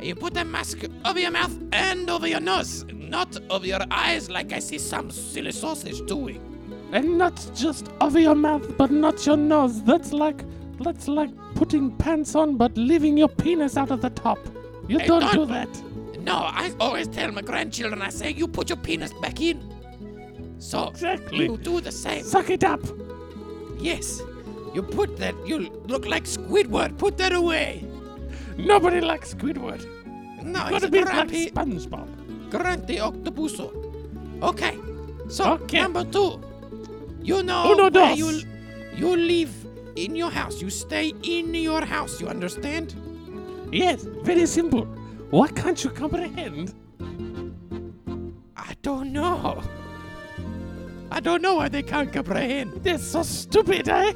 Speaker 3: You put a mask over your mouth and over your nose, not over your eyes like I see some silly sausage doing.
Speaker 2: And not just over your mouth, but not your nose. That's like, that's like putting pants on, but leaving your penis out of the top. You
Speaker 3: Hey,
Speaker 2: don't
Speaker 3: don't-
Speaker 2: do that.
Speaker 3: No, I always tell my grandchildren, I say, you put your penis back in. So,
Speaker 2: Exactly.
Speaker 3: you do the same.
Speaker 2: Suck it up.
Speaker 3: Yes. You put that, you look like Squidward. Put that away.
Speaker 2: Nobody likes Squidward.
Speaker 3: No, it's
Speaker 2: Gotta
Speaker 3: a
Speaker 2: be like
Speaker 3: grumpy,
Speaker 2: SpongeBob.
Speaker 3: grumpy octopuso. Okay. So,
Speaker 2: Okay.
Speaker 3: number two. You know
Speaker 2: Uno,
Speaker 3: where
Speaker 2: dos.
Speaker 3: you, you live in your house. You stay in your house. You understand?
Speaker 2: Yes, very simple. Why can't you comprehend?
Speaker 3: I don't know. I don't know why they can't comprehend.
Speaker 2: They're so stupid, eh?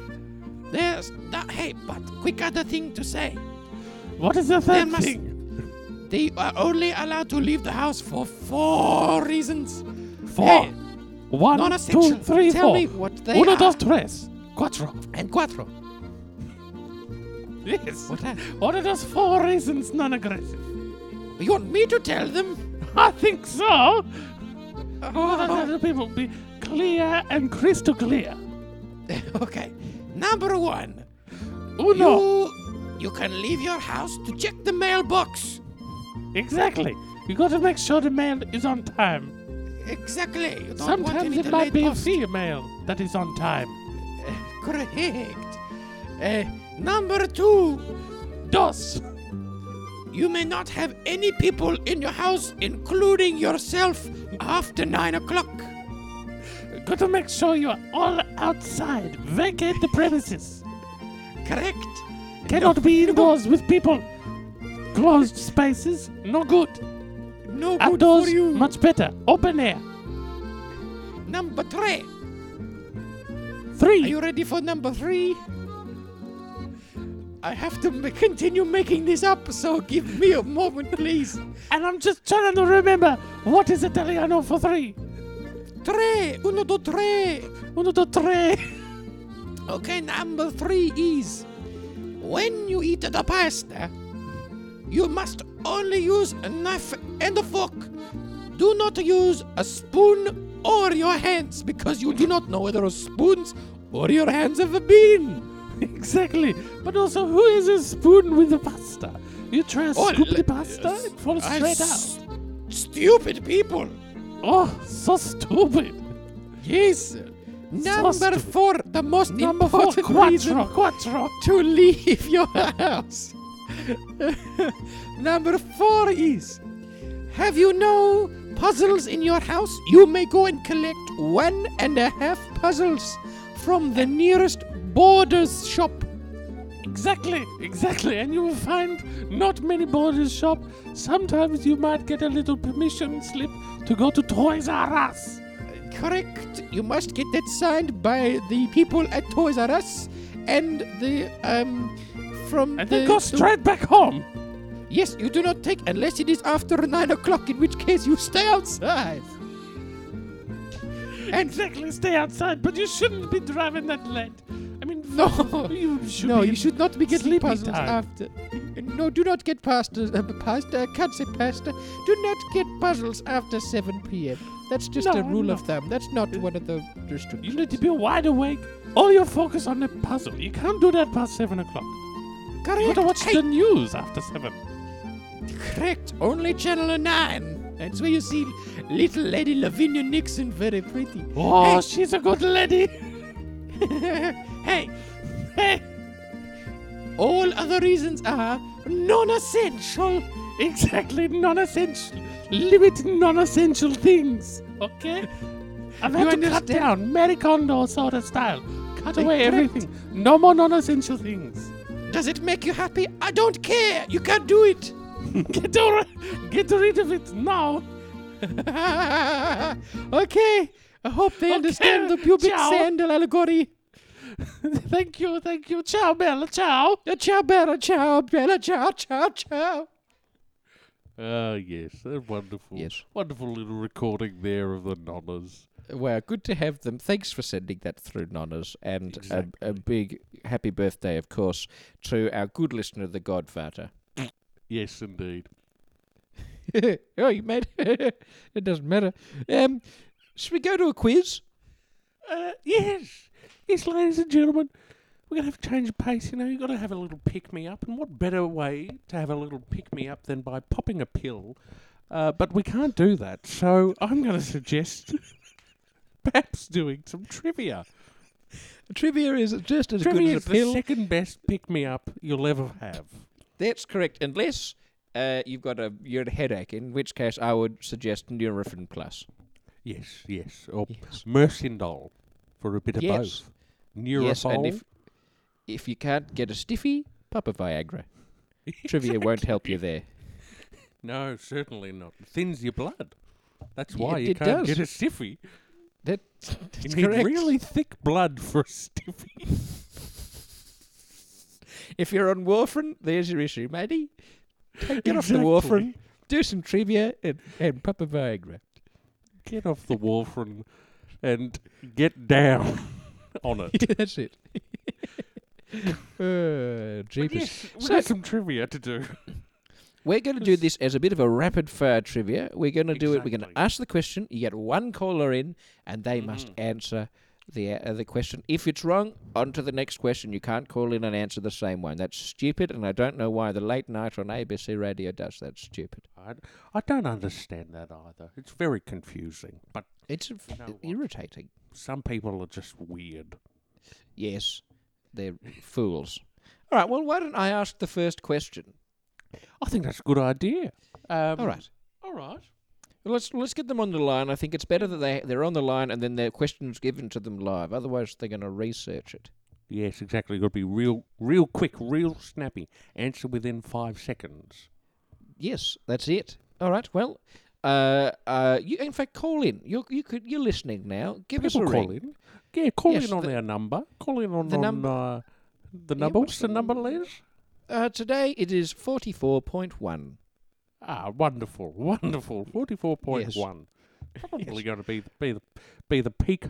Speaker 3: There's that. Hey, but quick other thing to say.
Speaker 2: What is the
Speaker 3: They
Speaker 2: third
Speaker 3: must-
Speaker 2: thing?
Speaker 3: They are only allowed to leave the house for four reasons.
Speaker 2: Four.
Speaker 3: Hey,
Speaker 2: One, two,
Speaker 3: non-essential.
Speaker 2: three,
Speaker 3: Tell
Speaker 2: four.
Speaker 3: me what they
Speaker 2: Uno,
Speaker 3: are.
Speaker 2: dos, tres. Cuatro.
Speaker 3: and cuatro.
Speaker 2: Yes.
Speaker 3: What are-
Speaker 2: Uno, dos, four reasons non-aggressive.
Speaker 3: You want me to tell them?
Speaker 2: I think so.
Speaker 3: Oh.
Speaker 2: Other people be clear and crystal clear.
Speaker 3: okay. Number one.
Speaker 2: Uno.
Speaker 3: You, you can leave your house to check the mailbox.
Speaker 2: Exactly. You gotta make sure the mail is on time.
Speaker 3: Exactly. You don't want
Speaker 2: Sometimes
Speaker 3: any
Speaker 2: it might
Speaker 3: delayed
Speaker 2: be a
Speaker 3: post.
Speaker 2: female that is on time.
Speaker 1: correct. Uh, number two, dos. You may not have any people in your house, including yourself, after nine o'clock.
Speaker 3: Got to make sure you're all outside. Vacate the premises.
Speaker 1: Correct.
Speaker 3: Cannot be indoors with people. Closed spaces, no good.
Speaker 1: No good
Speaker 3: Outdoors,
Speaker 1: for you.
Speaker 3: much better. Open air.
Speaker 1: number three. Are
Speaker 3: Three.
Speaker 1: you ready for number three? I have to ma- continue making this up, so give me a moment, please.
Speaker 3: And I'm just trying to remember what is Italiano for three.
Speaker 1: Tre, uno, dos, tre.
Speaker 3: Uno, dos, tre.
Speaker 1: Okay, number three is when you eat the pasta, you must only use a knife and a fork. Do not use a spoon or your hands because you do not know whether spoons or your hands have been.
Speaker 3: Exactly. But also, who is a spoon with the pasta? You try and
Speaker 1: Oh,
Speaker 3: scoop
Speaker 1: le-
Speaker 3: the pasta, it falls
Speaker 1: I
Speaker 3: straight
Speaker 1: s- Stupid people.
Speaker 3: out. Oh, so stupid.
Speaker 1: Yes. Number
Speaker 3: stupid.
Speaker 1: four, the most
Speaker 3: Number four,
Speaker 1: important reason
Speaker 3: quattro, quattro.
Speaker 1: to leave your house. Number four is Have you no puzzles in your house? You may go and collect one and a half puzzles from the nearest Borders shop.
Speaker 3: Exactly, exactly. And you will find not many borders shop. Sometimes you might get a little permission slip to go to Toys R Us.
Speaker 1: Correct. You must get that signed by the people at Toys R Us and the, um, from
Speaker 3: And
Speaker 1: the.
Speaker 3: then go
Speaker 1: the-
Speaker 3: straight back home.
Speaker 1: Yes, you do not take unless it is after nine o'clock, in which case you stay outside. And
Speaker 3: Exactly, stay outside, but you shouldn't be driving that late. I mean,
Speaker 1: No.
Speaker 3: you should
Speaker 1: no,
Speaker 3: be
Speaker 1: you should not be getting
Speaker 3: sleepy
Speaker 1: puzzles
Speaker 3: time.
Speaker 1: after. No, do not get pasta. Uh, pasta. I can't say pasta. Do not get puzzles after 7 p.m. That's just
Speaker 3: No,
Speaker 1: a rule
Speaker 3: no.
Speaker 1: of thumb. That's not one of the
Speaker 3: You
Speaker 1: restrictions.
Speaker 3: need to be wide awake. All your focus on the puzzle. You can't do that past seven o'clock. You
Speaker 1: correct.
Speaker 3: gotta watch
Speaker 1: Hey,
Speaker 3: uh, the news after seven.
Speaker 1: correct. Only Channel 9. That's where you see little lady Lavinia Nixon very pretty.
Speaker 3: Oh,
Speaker 1: Hey.
Speaker 3: she's a good lady.
Speaker 1: hey,
Speaker 3: Hey,
Speaker 1: all other reasons are non-essential.
Speaker 3: exactly. Non-essential. Limit non-essential things. Okay. I've had
Speaker 1: You
Speaker 3: to cut
Speaker 1: understand?
Speaker 3: down Marie Kondo sort of style. Cut away
Speaker 1: Correct.
Speaker 3: everything. No more non-essential things.
Speaker 1: Does it make you happy? I don't care. You can't do it.
Speaker 3: Get over, get rid of it now.
Speaker 1: okay. I hope they understand the
Speaker 3: Okay,
Speaker 1: pubic
Speaker 3: ciao.
Speaker 1: sandal allegory.
Speaker 3: thank you, thank you. Ciao, Bella. Ciao.
Speaker 1: Uh, Ciao, Bella. Ciao, Bella. Ciao, ciao, ciao.
Speaker 2: Oh, yes. A wonderful,
Speaker 5: Yes.
Speaker 2: wonderful little recording there of the nonnas.
Speaker 5: Well, good to have them. Thanks for sending that through, Nonnas. And a, a big happy birthday, of course, to our good listener, the Godfather.
Speaker 2: Yes, indeed.
Speaker 5: oh, you made it doesn't matter. Um, should we go to a quiz?
Speaker 3: Uh, yes, yes, ladies and gentlemen, we're gonna have to change of pace. You know, you gotta have a little pick me up, and what better way to have a little pick me up than by popping a pill? Uh, but we can't do that, so I'm gonna suggest perhaps doing some trivia.
Speaker 5: Trivia is just as
Speaker 3: trivia
Speaker 5: good
Speaker 3: is
Speaker 5: as a
Speaker 3: the
Speaker 5: pill.
Speaker 3: second best pick me up you'll ever have.
Speaker 5: That's correct, unless uh, you've got a you had a headache, in which case I would suggest Nurofen Plus.
Speaker 2: Yes, yes. Or
Speaker 5: Yes.
Speaker 2: Mercindol for a bit of
Speaker 5: Yes.
Speaker 2: both. Neuropol.
Speaker 5: Yes, and if if you can't get a stiffy, pop a Viagra. Trivia won't help you there.
Speaker 2: No, certainly not. It thins your blood. That's
Speaker 5: Yeah,
Speaker 2: why you
Speaker 5: it
Speaker 2: can't
Speaker 5: does.
Speaker 2: get a stiffy.
Speaker 5: That,
Speaker 2: You
Speaker 5: that's
Speaker 2: need
Speaker 5: correct.
Speaker 2: really thick blood for a stiffy.
Speaker 5: If you're on warfarin, there's your issue, matey. Take, get off the
Speaker 2: Exactly.
Speaker 5: warfarin, do some trivia, and, and pop a Viagra.
Speaker 2: Get off the warfarin and get down on it.
Speaker 5: that's it. uh,
Speaker 2: But
Speaker 5: jeepers.
Speaker 2: yes, we
Speaker 5: So-
Speaker 2: got some trivia to do.
Speaker 5: We're going to do this as a bit of a rapid fire trivia. We're going to do it. We're going to
Speaker 2: Exactly. Mm-hmm.
Speaker 5: ask the question. You get one caller in, and they must answer the uh, the question. If it's wrong, on to the next question. You can't call in and answer the same one. That's stupid, and I don't know why the late night on ABC radio does that. Stupid.
Speaker 2: I, I don't understand that either. It's very confusing. But
Speaker 5: It's
Speaker 2: know what?
Speaker 5: irritating.
Speaker 2: some people are just weird.
Speaker 1: Yes, they're fools. All right, well, why don't I ask the first question?
Speaker 2: I think that's a good idea. Um,
Speaker 1: All right.
Speaker 2: All right.
Speaker 1: Well, let's let's get them on the line. I think it's better that they they're on the line and then their questions given to them live. Otherwise, they're going to research it.
Speaker 2: Yes, exactly. Got to be real, real quick, real snappy. Answer within five seconds.
Speaker 1: Yes, that's it. All right. Well, uh, uh, you in fact call in. You you could you're listening now. Give us a
Speaker 2: People call
Speaker 1: ring.
Speaker 2: in. Yeah, call
Speaker 1: Yes,
Speaker 2: in on
Speaker 1: the-
Speaker 2: our number. Call in on
Speaker 1: the
Speaker 2: on,
Speaker 1: num-
Speaker 2: uh, the number.
Speaker 1: what's
Speaker 2: What's the
Speaker 1: the
Speaker 2: number,
Speaker 1: number?
Speaker 2: Liz?
Speaker 1: Uh, today it is forty four point one.
Speaker 2: Ah, wonderful, wonderful. Forty-four point one. Probably going to be be the be the peak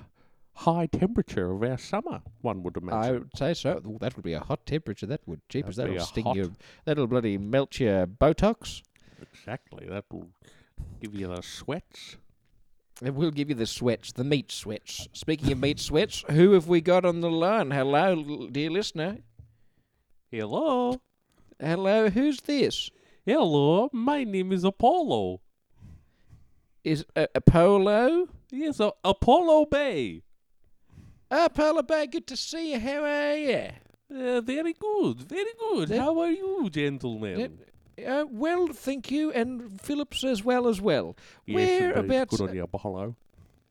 Speaker 2: high temperature of our summer. One would
Speaker 1: I
Speaker 2: imagine.
Speaker 1: would say so. Ooh, that would be a hot temperature. That would jeepers.
Speaker 2: That'd be
Speaker 1: That'll
Speaker 2: a
Speaker 1: sting
Speaker 2: hot-
Speaker 1: your. That'll bloody melt your Botox.
Speaker 2: exactly. That will give you the sweats.
Speaker 1: It will give you the sweats, the meat sweats. Speaking of meat sweats, who have we got on the line? Hello, l- dear listener.
Speaker 2: Hello,
Speaker 1: Hello, who's this?
Speaker 2: hello. My name is Apollo.
Speaker 1: Is uh, Apollo?
Speaker 2: Yes, uh, Apollo Bay.
Speaker 1: Ah, Apollo Bay, good to see you. How are you?
Speaker 2: Uh, very good, very good.
Speaker 1: That-
Speaker 2: How are you, gentlemen?
Speaker 1: Uh, well, thank you, and Phillips as well as well.
Speaker 2: Yes, very
Speaker 1: Whereabouts?
Speaker 2: Good on you, Apollo.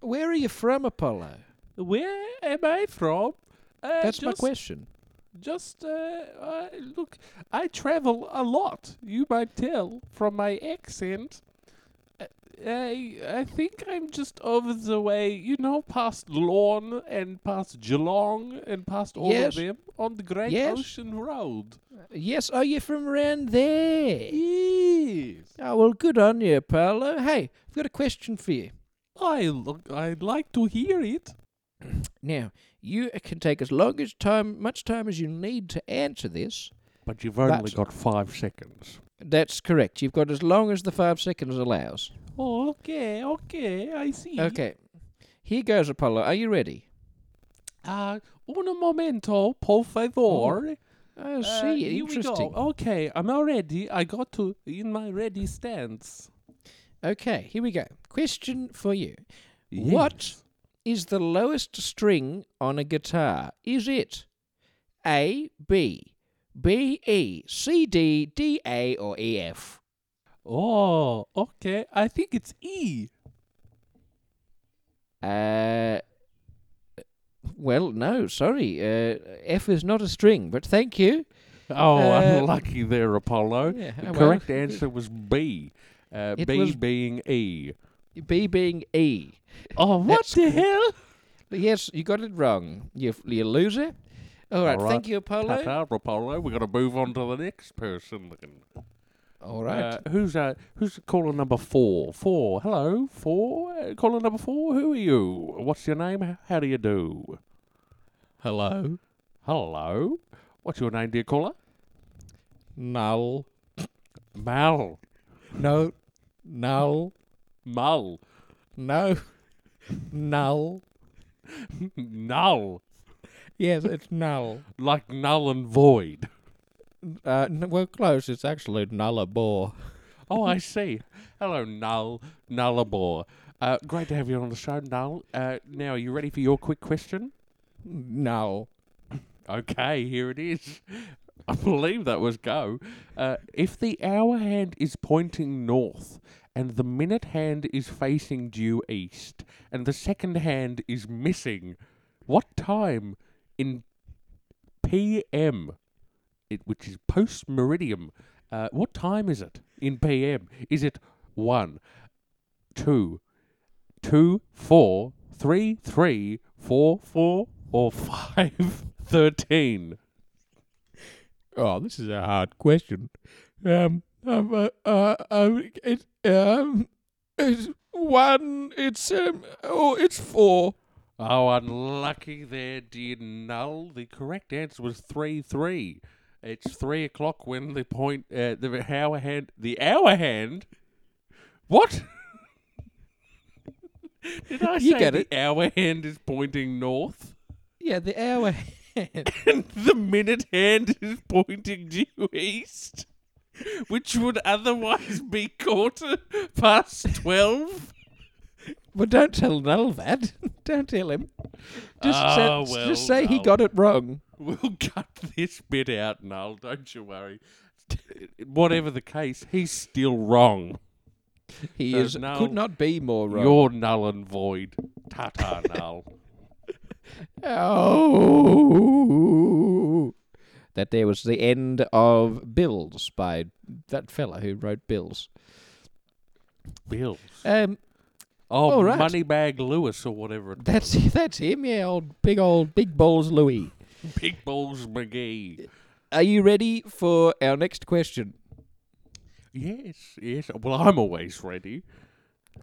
Speaker 1: Where are you from, Apollo?
Speaker 2: Where am I from? Uh,
Speaker 1: That's my
Speaker 2: just-
Speaker 1: question.
Speaker 2: Just uh, uh, look, I travel a lot. You might tell from my accent. I- I I think I'm just over the way, you know, past Lorne and past Geelong and past all
Speaker 1: Yes.
Speaker 2: of them on the Great
Speaker 1: Yes.
Speaker 2: Ocean Road.
Speaker 1: Yes, are you from around there?
Speaker 2: Yes.
Speaker 1: Oh well, good on you, Apollo. Hey, I've got a question for you.
Speaker 2: I look. I'd like to hear it.
Speaker 1: Now, you can take as long as time, much time as you need to answer this.
Speaker 2: But you've only
Speaker 1: But-
Speaker 2: got five seconds.
Speaker 1: That's correct. You've got as long as the five seconds allows.
Speaker 2: Oh, okay, okay, I see.
Speaker 1: Okay. Here goes, Apollo. Are you ready?
Speaker 2: Uh, un momento, por favor.
Speaker 1: I
Speaker 2: Uh,
Speaker 1: see.
Speaker 2: here we go.
Speaker 1: Interesting.
Speaker 2: Okay, I'm all ready. I got to in my ready stance.
Speaker 1: Okay, here we go. Question for you. What is the lowest string on a guitar? Is it A, B, B, E, C, D, D, A, or E, F?
Speaker 2: Oh, okay. I think it's E.
Speaker 1: Uh, well, no, sorry. Uh, F is not a string, but thank you.
Speaker 2: Oh,
Speaker 1: Uh,
Speaker 2: unlucky there, Apollo.
Speaker 1: yeah,
Speaker 2: the
Speaker 1: oh, well.
Speaker 2: correct answer was B. Uh,
Speaker 1: It
Speaker 2: B
Speaker 1: was-
Speaker 2: being E.
Speaker 1: B being E.
Speaker 2: Oh, what
Speaker 1: That's
Speaker 2: the hell?
Speaker 1: Yes, you got it wrong. You, you loser. All right,
Speaker 2: All right.
Speaker 1: thank you, Apollo.
Speaker 2: Ta-ta, Apollo. We've got to move on to the next person. Then.
Speaker 1: All right.
Speaker 2: Uh, who's uh, who's caller number four? Four. Hello, four. Uh, caller number four. Who are you? What's your name? H- How do you do?
Speaker 6: Hello,
Speaker 2: Hello. What's your name, dear caller?
Speaker 6: Null.
Speaker 2: Mal.
Speaker 6: No, Null.
Speaker 2: Mull.
Speaker 6: No, Null.
Speaker 2: null.
Speaker 6: Yes, it's Null.
Speaker 2: Like null and void.
Speaker 6: Uh, n- well, close. It's actually Nullarbor.
Speaker 2: Oh, I see. Hello, null. Nullabor. Uh, great to have you on the show, Null. Uh, now, are you ready for your quick question?
Speaker 6: Null.
Speaker 2: Okay, here it is. I believe that was go. Uh, if the hour hand is pointing north and the minute hand is facing due east and the second hand is missing, what time in PM, it, which is post meridium, uh, what time is it in PM? Is it one, two, two, four, three, three, four, four, or five, thirteen.
Speaker 6: Oh, this is a hard question. Um, um, uh, uh, um, it, um, it's one. It's um. Oh, it's four.
Speaker 2: Oh, unlucky there, dear Null. The correct answer was three, three. It's three o'clock when the point, uh, the hour hand, the hour hand. What? Did I
Speaker 1: You
Speaker 2: say
Speaker 1: get
Speaker 2: the
Speaker 1: it.
Speaker 2: hour hand is pointing north?
Speaker 1: yeah, the hour.
Speaker 2: and the minute hand is pointing due east, which would otherwise be quarter past twelve.
Speaker 1: Well, don't tell Null that. don't tell him. Just,
Speaker 2: Oh,
Speaker 1: say,
Speaker 2: well,
Speaker 1: just say he
Speaker 2: Noel.
Speaker 1: got it wrong.
Speaker 2: We'll cut this bit out, Noel. Don't you worry. Whatever the case, he's still wrong.
Speaker 1: He
Speaker 2: So
Speaker 1: is
Speaker 2: Noel,
Speaker 1: could not be more wrong.
Speaker 2: You're null and void. Ta-ta, Noel.
Speaker 1: Oh. That there was the end of Bills by that fella who wrote Bills.
Speaker 2: Bills.
Speaker 1: Um,
Speaker 2: Oh,
Speaker 1: all right.
Speaker 2: Moneybag Lewis or whatever. it-
Speaker 1: that's that's him, yeah, old big old big balls Louis.
Speaker 2: Big Balls McGee.
Speaker 1: Are you ready for our next question?
Speaker 2: Yes, yes. Well, I'm always ready.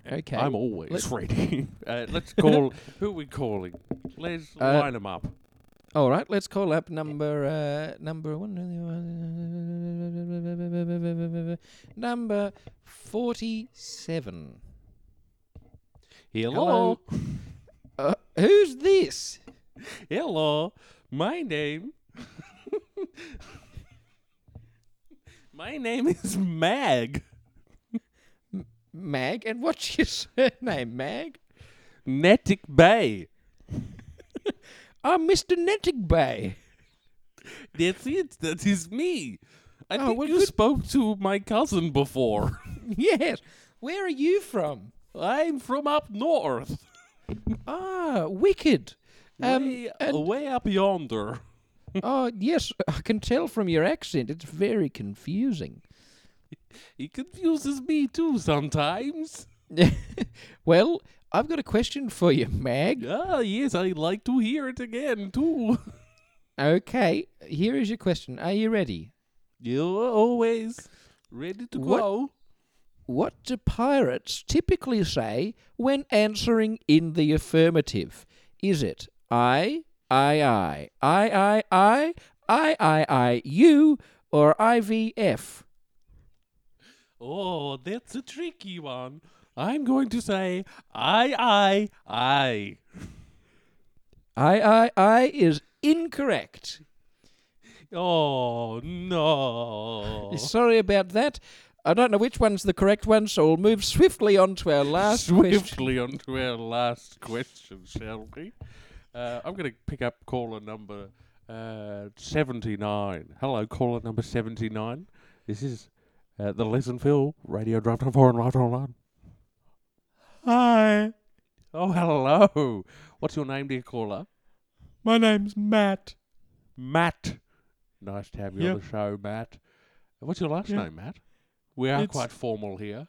Speaker 1: Okay.
Speaker 2: I'm always
Speaker 1: let-
Speaker 2: ready. Uh, let's call. who are we calling? Let's
Speaker 1: Uh,
Speaker 2: line them up.
Speaker 1: All right, let's call up number uh, number one, number forty-seven.
Speaker 2: Hello.
Speaker 1: Uh, who's this?
Speaker 2: Hello, my name. my name is Mag.
Speaker 1: Mag, and what's your surname, Mag?
Speaker 2: Netic Bay.
Speaker 1: I'm Mr. Nettig Bay.
Speaker 2: That's it. That is me. I
Speaker 1: Oh,
Speaker 2: think
Speaker 1: well,
Speaker 2: you
Speaker 1: good-
Speaker 2: spoke to my cousin before.
Speaker 1: Yes. Where are you from?
Speaker 2: I'm from up north,
Speaker 1: Ah, wicked. Um,
Speaker 2: way,
Speaker 1: and-
Speaker 2: way up yonder.
Speaker 1: oh, yes, I can tell from your accent. It's very confusing.
Speaker 2: He confuses me too sometimes.
Speaker 1: well, I've got a question for you, Mag.
Speaker 2: Ah, yes, I like to hear it again too.
Speaker 1: Okay, here is your question. Are you ready?
Speaker 2: You're always ready to
Speaker 1: What-
Speaker 2: go.
Speaker 1: What do pirates typically say when answering in the affirmative? Is it I, I, I, I, I, I, I, I, I, you, or IVF?
Speaker 2: Oh, that's a tricky one. I'm going to say I, I, I.
Speaker 1: I, I, I is incorrect.
Speaker 2: Oh, no.
Speaker 1: Sorry about that. I don't know which one's the correct one, so we'll move swiftly on to our last question.
Speaker 2: Swiftly on to our last question, shall we? Uh, I'm going to pick up caller number uh, 79. Hello, caller number 79. This is uh, the Leesonville Radio Drive Time 4 and Live Online.
Speaker 4: Hi,
Speaker 2: Oh, hello. What's your name, dear caller?
Speaker 4: my name's Matt.
Speaker 2: Matt. Nice to have you on
Speaker 4: Yeah.
Speaker 2: the show, Matt. What's your last
Speaker 4: Yeah.
Speaker 2: name, Matt? We are
Speaker 4: It's-
Speaker 2: quite formal here.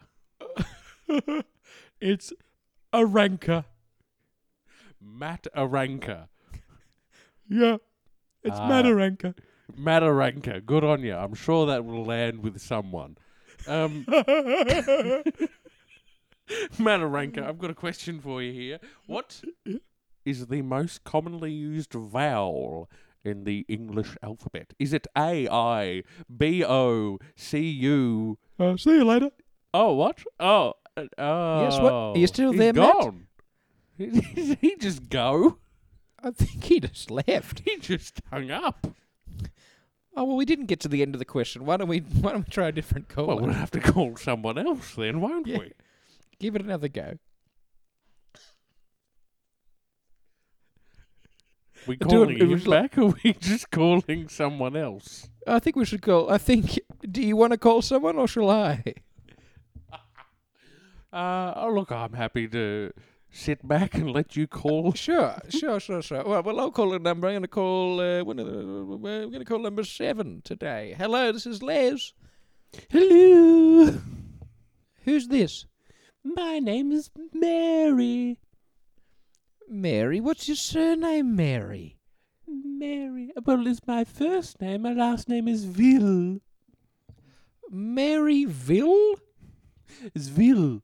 Speaker 4: it's a ranker.
Speaker 2: Matt Aranka.
Speaker 4: Yeah, it's Matt
Speaker 2: Ah.
Speaker 4: a ranker.
Speaker 2: Matt Aranka. Good on you. I'm sure that will land with someone. Um, Matt Aranka, I've got a question for you here. What is the most commonly used vowel in the English alphabet? Is it A, I, B, O, C, U?
Speaker 4: Uh, see you later.
Speaker 2: Oh, what? Oh, uh, oh.
Speaker 1: Yes, what? Are you still
Speaker 2: He's
Speaker 1: there, Matt?
Speaker 2: gone. Did he just go?
Speaker 1: I think he just left.
Speaker 2: He just hung up.
Speaker 1: Oh well, we didn't get to the end of the question. Why don't we? Why don't we try a different call?
Speaker 2: Well, we'll have to call someone else then, won't
Speaker 1: Yeah.
Speaker 2: we?
Speaker 1: Give it another go.
Speaker 2: We
Speaker 1: I do
Speaker 2: calling
Speaker 1: it was
Speaker 2: him back, or we just calling someone else?
Speaker 1: I think we should call. I think. Do you want to call someone or shall I?
Speaker 2: Uh, oh, look, I'm happy to sit back and let you call.
Speaker 1: Sure, sure, sure, sure. Well, well, I'll call a number. I'm going to call. Uh, one of the, we're going to call number seven today. Hello, this is Les.
Speaker 2: Hello,
Speaker 1: Who's this?
Speaker 2: my name is Mary.
Speaker 1: Mary. What's your surname, Mary?
Speaker 2: Mary. Well, it's my first name. My last name is Vil.
Speaker 1: Maryville.
Speaker 2: It's Vil.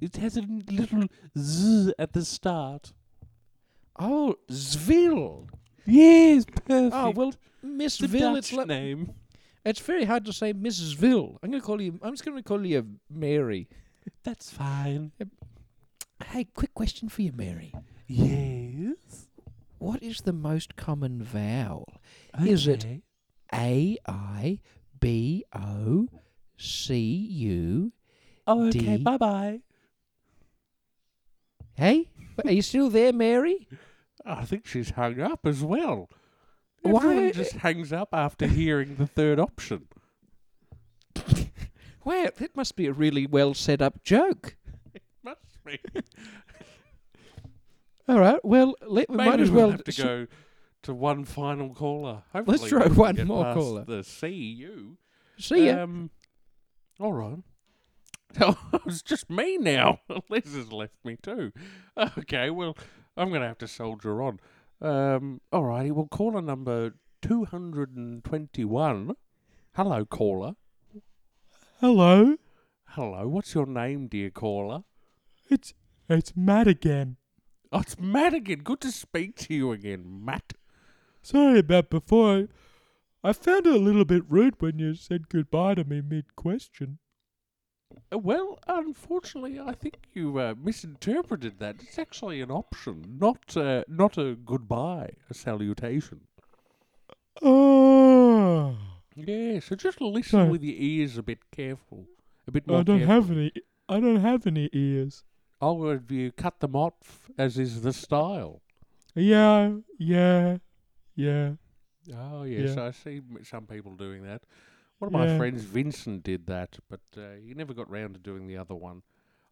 Speaker 2: It has a little z at the start.
Speaker 1: Oh, Zville.
Speaker 2: Yes, perfect.
Speaker 1: Oh well, Miss
Speaker 2: the
Speaker 1: Ville.
Speaker 2: Dutch
Speaker 1: It's like,
Speaker 2: name.
Speaker 1: it's very hard to say Mrs. Ville. I'm going to call you. I'm just going to call you Mary.
Speaker 2: That's fine.
Speaker 1: Hey, quick question for you, Mary.
Speaker 2: Yes.
Speaker 1: What is the most common vowel? Is it
Speaker 2: Okay.
Speaker 1: A I B O C U
Speaker 2: Oh, okay.
Speaker 1: D?
Speaker 2: Bye bye.
Speaker 1: Hey, are you still there, Mary?
Speaker 2: I think she's hung up as well.
Speaker 1: Why?
Speaker 2: Everyone just hangs up after hearing the third option.
Speaker 1: Wow, that must be a really well set up joke.
Speaker 2: Must be.
Speaker 1: All right, well, let, we
Speaker 2: Maybe
Speaker 1: might as
Speaker 2: we'll
Speaker 1: well.
Speaker 2: have to
Speaker 1: sh-
Speaker 2: go to one final caller. Hopefully
Speaker 1: Let's try
Speaker 2: we can
Speaker 1: one
Speaker 2: get
Speaker 1: more
Speaker 2: past
Speaker 1: caller.
Speaker 2: The CU.
Speaker 1: See ya.
Speaker 2: Um, all right. Oh, it's just me now. Liz has left me too. Okay, well, I'm going to have to soldier on. Um, all righty, well, caller number 221. Hello, caller.
Speaker 4: Hello,
Speaker 2: Hello, what's your name, dear caller?
Speaker 4: it's it's Matt again.
Speaker 2: Oh, it's Matt again. Good to speak to you again, Matt.
Speaker 4: Sorry about before. I found it a little bit rude when you said goodbye to me mid question.
Speaker 2: Uh, Well, unfortunately, I think you uh, misinterpreted that. It's actually an option, not uh, not a goodbye, a salutation.
Speaker 4: Oh,
Speaker 2: Yeah, so just listen
Speaker 4: No.
Speaker 2: with your ears a bit careful, a bit more.
Speaker 4: I don't have
Speaker 2: carefully.
Speaker 4: any. I don't have any ears.
Speaker 2: Oh, have you cut them off as is the style?
Speaker 4: Yeah, yeah, yeah.
Speaker 2: Oh yes,
Speaker 4: Yeah.
Speaker 2: I see m- some people doing that. One of my
Speaker 4: Yeah.
Speaker 2: friends, Vincent, did that, but uh, he never got round to doing the other one.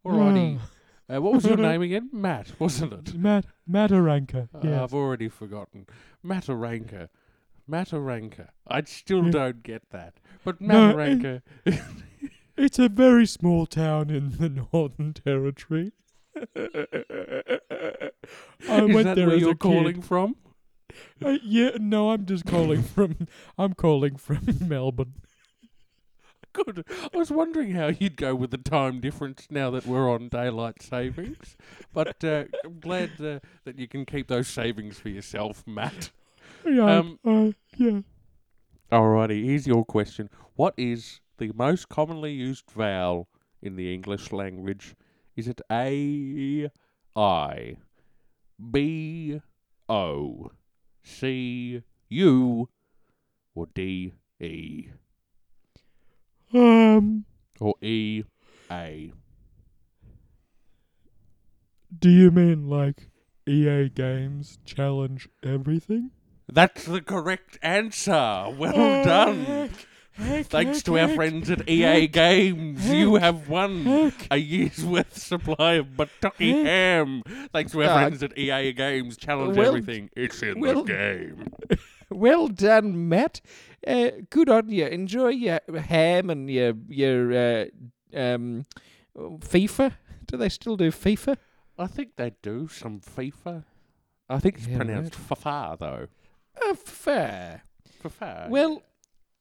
Speaker 2: Alrighty, uh, what was your name again? Matt, wasn't it?
Speaker 4: Matt Mataranka.
Speaker 2: Uh,
Speaker 4: Yeah.
Speaker 2: I've already forgotten. Mataranka. Mataranka. I still
Speaker 4: Yeah.
Speaker 2: don't get that. But
Speaker 4: No,
Speaker 2: Mataranka.
Speaker 4: It's a very small town in the Northern Territory. I
Speaker 2: is
Speaker 4: went
Speaker 2: that
Speaker 4: there
Speaker 2: where
Speaker 4: as
Speaker 2: you're
Speaker 4: a
Speaker 2: calling
Speaker 4: kid.
Speaker 2: from?
Speaker 4: Uh, yeah, no, I'm just calling from. I'm calling from Melbourne.
Speaker 2: Good. I was wondering how you'd go with the time difference now that we're on daylight savings. But uh, I'm glad uh, that you can keep those savings for yourself, Matt.
Speaker 4: Yeah,
Speaker 2: Um,
Speaker 4: uh, yeah.
Speaker 2: Alrighty, here's your question. What is the most commonly used vowel in the English language? Is it A I B O C U or D E
Speaker 4: Um,
Speaker 2: or E A?
Speaker 4: do you mean like EA Games challenge everything?
Speaker 2: That's the correct answer. Well done. Thanks to our friends at EA Games, you have won a year's worth supply of Batucky ham. Thanks to our
Speaker 1: Ah,
Speaker 2: friends at EA Games, challenge
Speaker 1: well-
Speaker 2: everything. It's in
Speaker 1: well-
Speaker 2: the game.
Speaker 1: Well done, Matt. Uh, good on you. Enjoy your ham and your your uh, um, FIFA. Do they still do
Speaker 2: Uh,
Speaker 1: FIFA?
Speaker 2: I think they do some FIFA. I think it's
Speaker 1: Yeah,
Speaker 2: pronounced FIFA though. Oh,
Speaker 1: Uh, fair.
Speaker 2: FIFA.
Speaker 1: Well,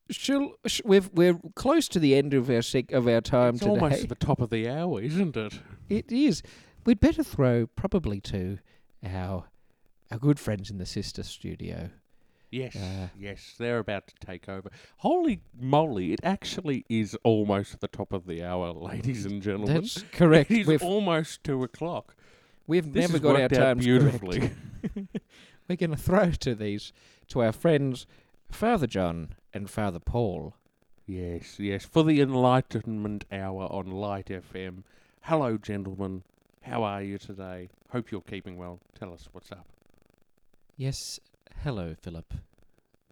Speaker 1: shall, sh- we've, we're close to the end of our sec- of our time
Speaker 2: it's
Speaker 1: today.
Speaker 2: almost at the top of the hour, isn't it?
Speaker 1: It is. We'd better throw probably to our our good friends in the sister studio.
Speaker 2: Yes,
Speaker 1: Uh,
Speaker 2: yes, they're about to take over. Holy moly! It actually is almost the top of the hour, ladies and gentlemen.
Speaker 1: That's correct.
Speaker 2: It is
Speaker 1: We've
Speaker 2: almost two o'clock.
Speaker 1: we've
Speaker 2: This
Speaker 1: never
Speaker 2: has
Speaker 1: got our
Speaker 2: worked out
Speaker 1: times
Speaker 2: beautifully.
Speaker 1: correct. We're going to throw to these to our friends, Father John and Father Paul.
Speaker 2: Yes, yes. For the Enlightenment Hour on Light FM. Hello, gentlemen. How are you today? Hope you're keeping well. Tell us what's up.
Speaker 1: Yes, hello, Philip.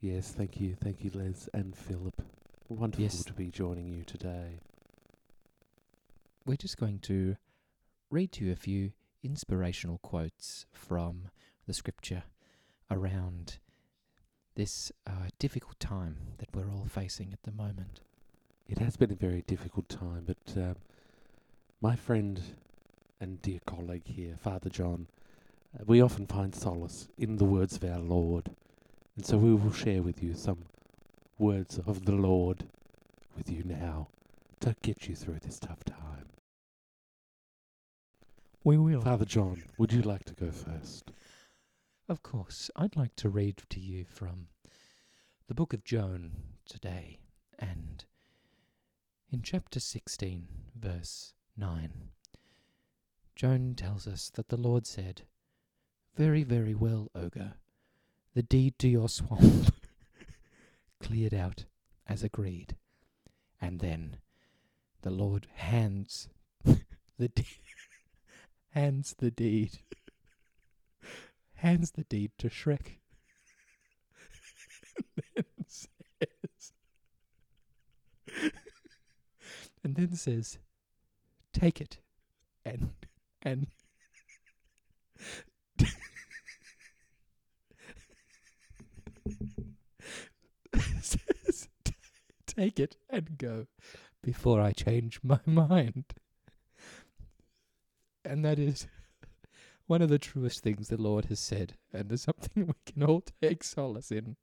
Speaker 7: Yes, thank you, thank you, Les and Philip. Wonderful
Speaker 1: Yes.
Speaker 7: to be joining you today.
Speaker 1: We're just going to read to you a few inspirational quotes from the scripture around this uh, difficult time that we're all facing at the moment.
Speaker 7: It has been a very difficult time, but um, my friend and dear colleague here, Father John, uh, we often find solace in the words of our Lord, and so we will share with you some words of the Lord with you now to get you through this tough time.
Speaker 4: We will.
Speaker 7: Father John, would you like to go first?
Speaker 1: Of course, I'd like to read to you from the book of Joan today, and in chapter 16, verse 9, Joan tells us that the Lord said, Very, very well, ogre, the deed to your swamp cleared out as agreed. And then the Lord hands the deed. hands the deed, hands the deed to Shrek, and then says, and then says, take it, and and. says, take it and go before I change my mind. And that is one of the truest things the Lord has said, and is something we can all take solace in.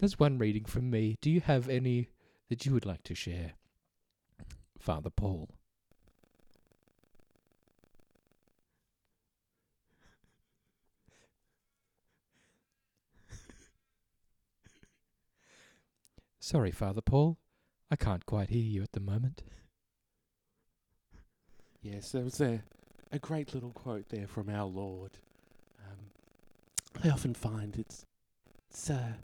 Speaker 1: There's one reading from me. Do you have any that you would like to share, Father Paul? Sorry, Father Paul. I can't quite hear you at the moment.
Speaker 7: Yes, there was a, a great little quote there from our Lord. Um, I often find it's, it's uh,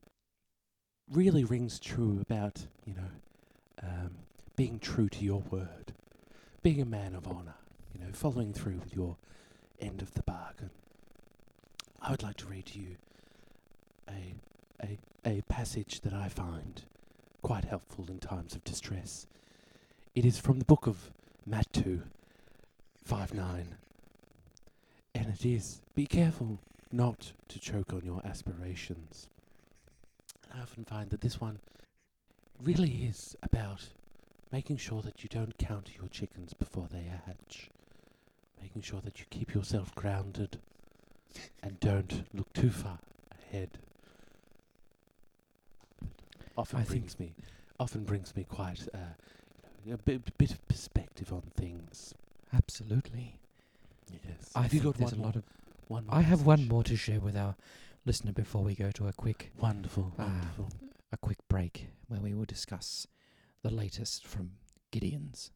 Speaker 7: really rings true about, you know, um, being true to your word, being a man of honour, you know, following through with your end of the bargain. I would like to read to you a, a, a passage that I find quite helpful in times of distress. It is from the book of Mattu, 5 9. And it is be careful not to choke on your aspirations. And I often find that this one really is about making sure that you don't count your chickens before they hatch, making sure that you keep yourself grounded and don't look too far ahead. Often
Speaker 1: I think-
Speaker 7: brings me, often brings me quite uh, you know, a bit, bit of perspective on things.
Speaker 1: Absolutely.
Speaker 7: Yes.
Speaker 1: I
Speaker 7: Have you
Speaker 1: think
Speaker 7: got
Speaker 1: there's
Speaker 7: one
Speaker 1: a lot of.
Speaker 7: more- one more
Speaker 1: I have one
Speaker 7: passage?
Speaker 1: more to share with our listener before we go to a quick
Speaker 7: Wonderful,
Speaker 1: Ah.
Speaker 7: wonderful.
Speaker 1: a quick break where we will discuss the latest from Gideon's.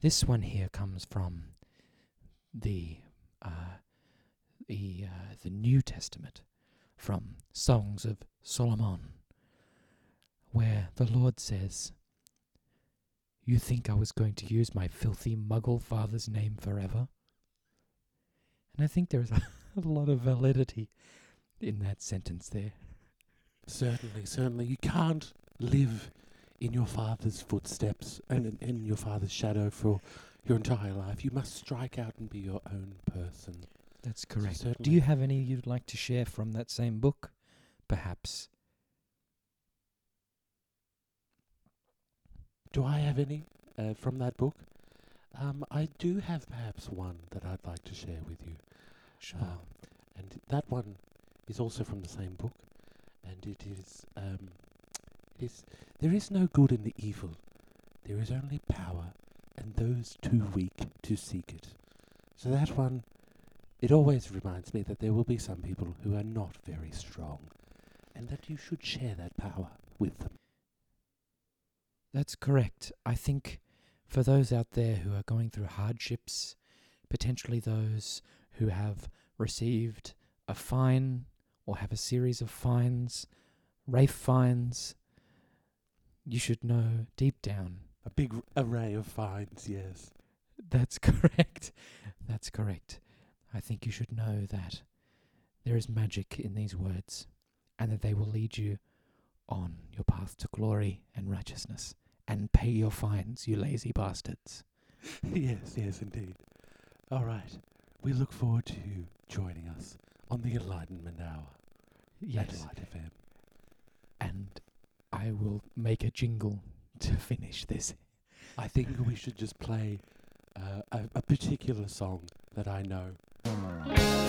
Speaker 1: This one here comes from the uh, the uh, the New Testament, from Songs of Solomon, where the Lord says, "You think I was going to use my filthy muggle father's name forever?" And I think there is a lot of validity in that sentence there.
Speaker 7: Certainly, certainly. You can't live in your father's footsteps and in, in your father's shadow for your entire life. You must strike out and be your own person.
Speaker 1: That's correct. Do
Speaker 7: certainly-
Speaker 1: you have any you'd like to share from that same book, perhaps?
Speaker 7: Do I have any uh, from that book? Um, I do have perhaps one that I'd like to share with you.
Speaker 1: Sure.
Speaker 7: Um, and that one is also from the same book, and it is, um, it is there is no good in the evil, there is only power, and those too weak to seek it. So that one, it always reminds me that there will be some people who are not very strong, and that you should share that power with them.
Speaker 1: That's correct. I think for those out there who are going through hardships, potentially those who have received a fine or have a series of fines, Rafe fines, you should know deep down
Speaker 7: A big r- array of fines, yes.
Speaker 1: That's correct. That's correct. I think you should know that there is magic in these words and that they will lead you on your path to glory and righteousness and pay your fines, you lazy bastards.
Speaker 7: yes, yes, indeed. All right. We look forward to you joining us on the Enlightenment Hour at
Speaker 1: Yes.
Speaker 7: Light FM.
Speaker 1: And I will make a jingle to finish this.
Speaker 7: I think we should just play uh, a, a particular song that I know.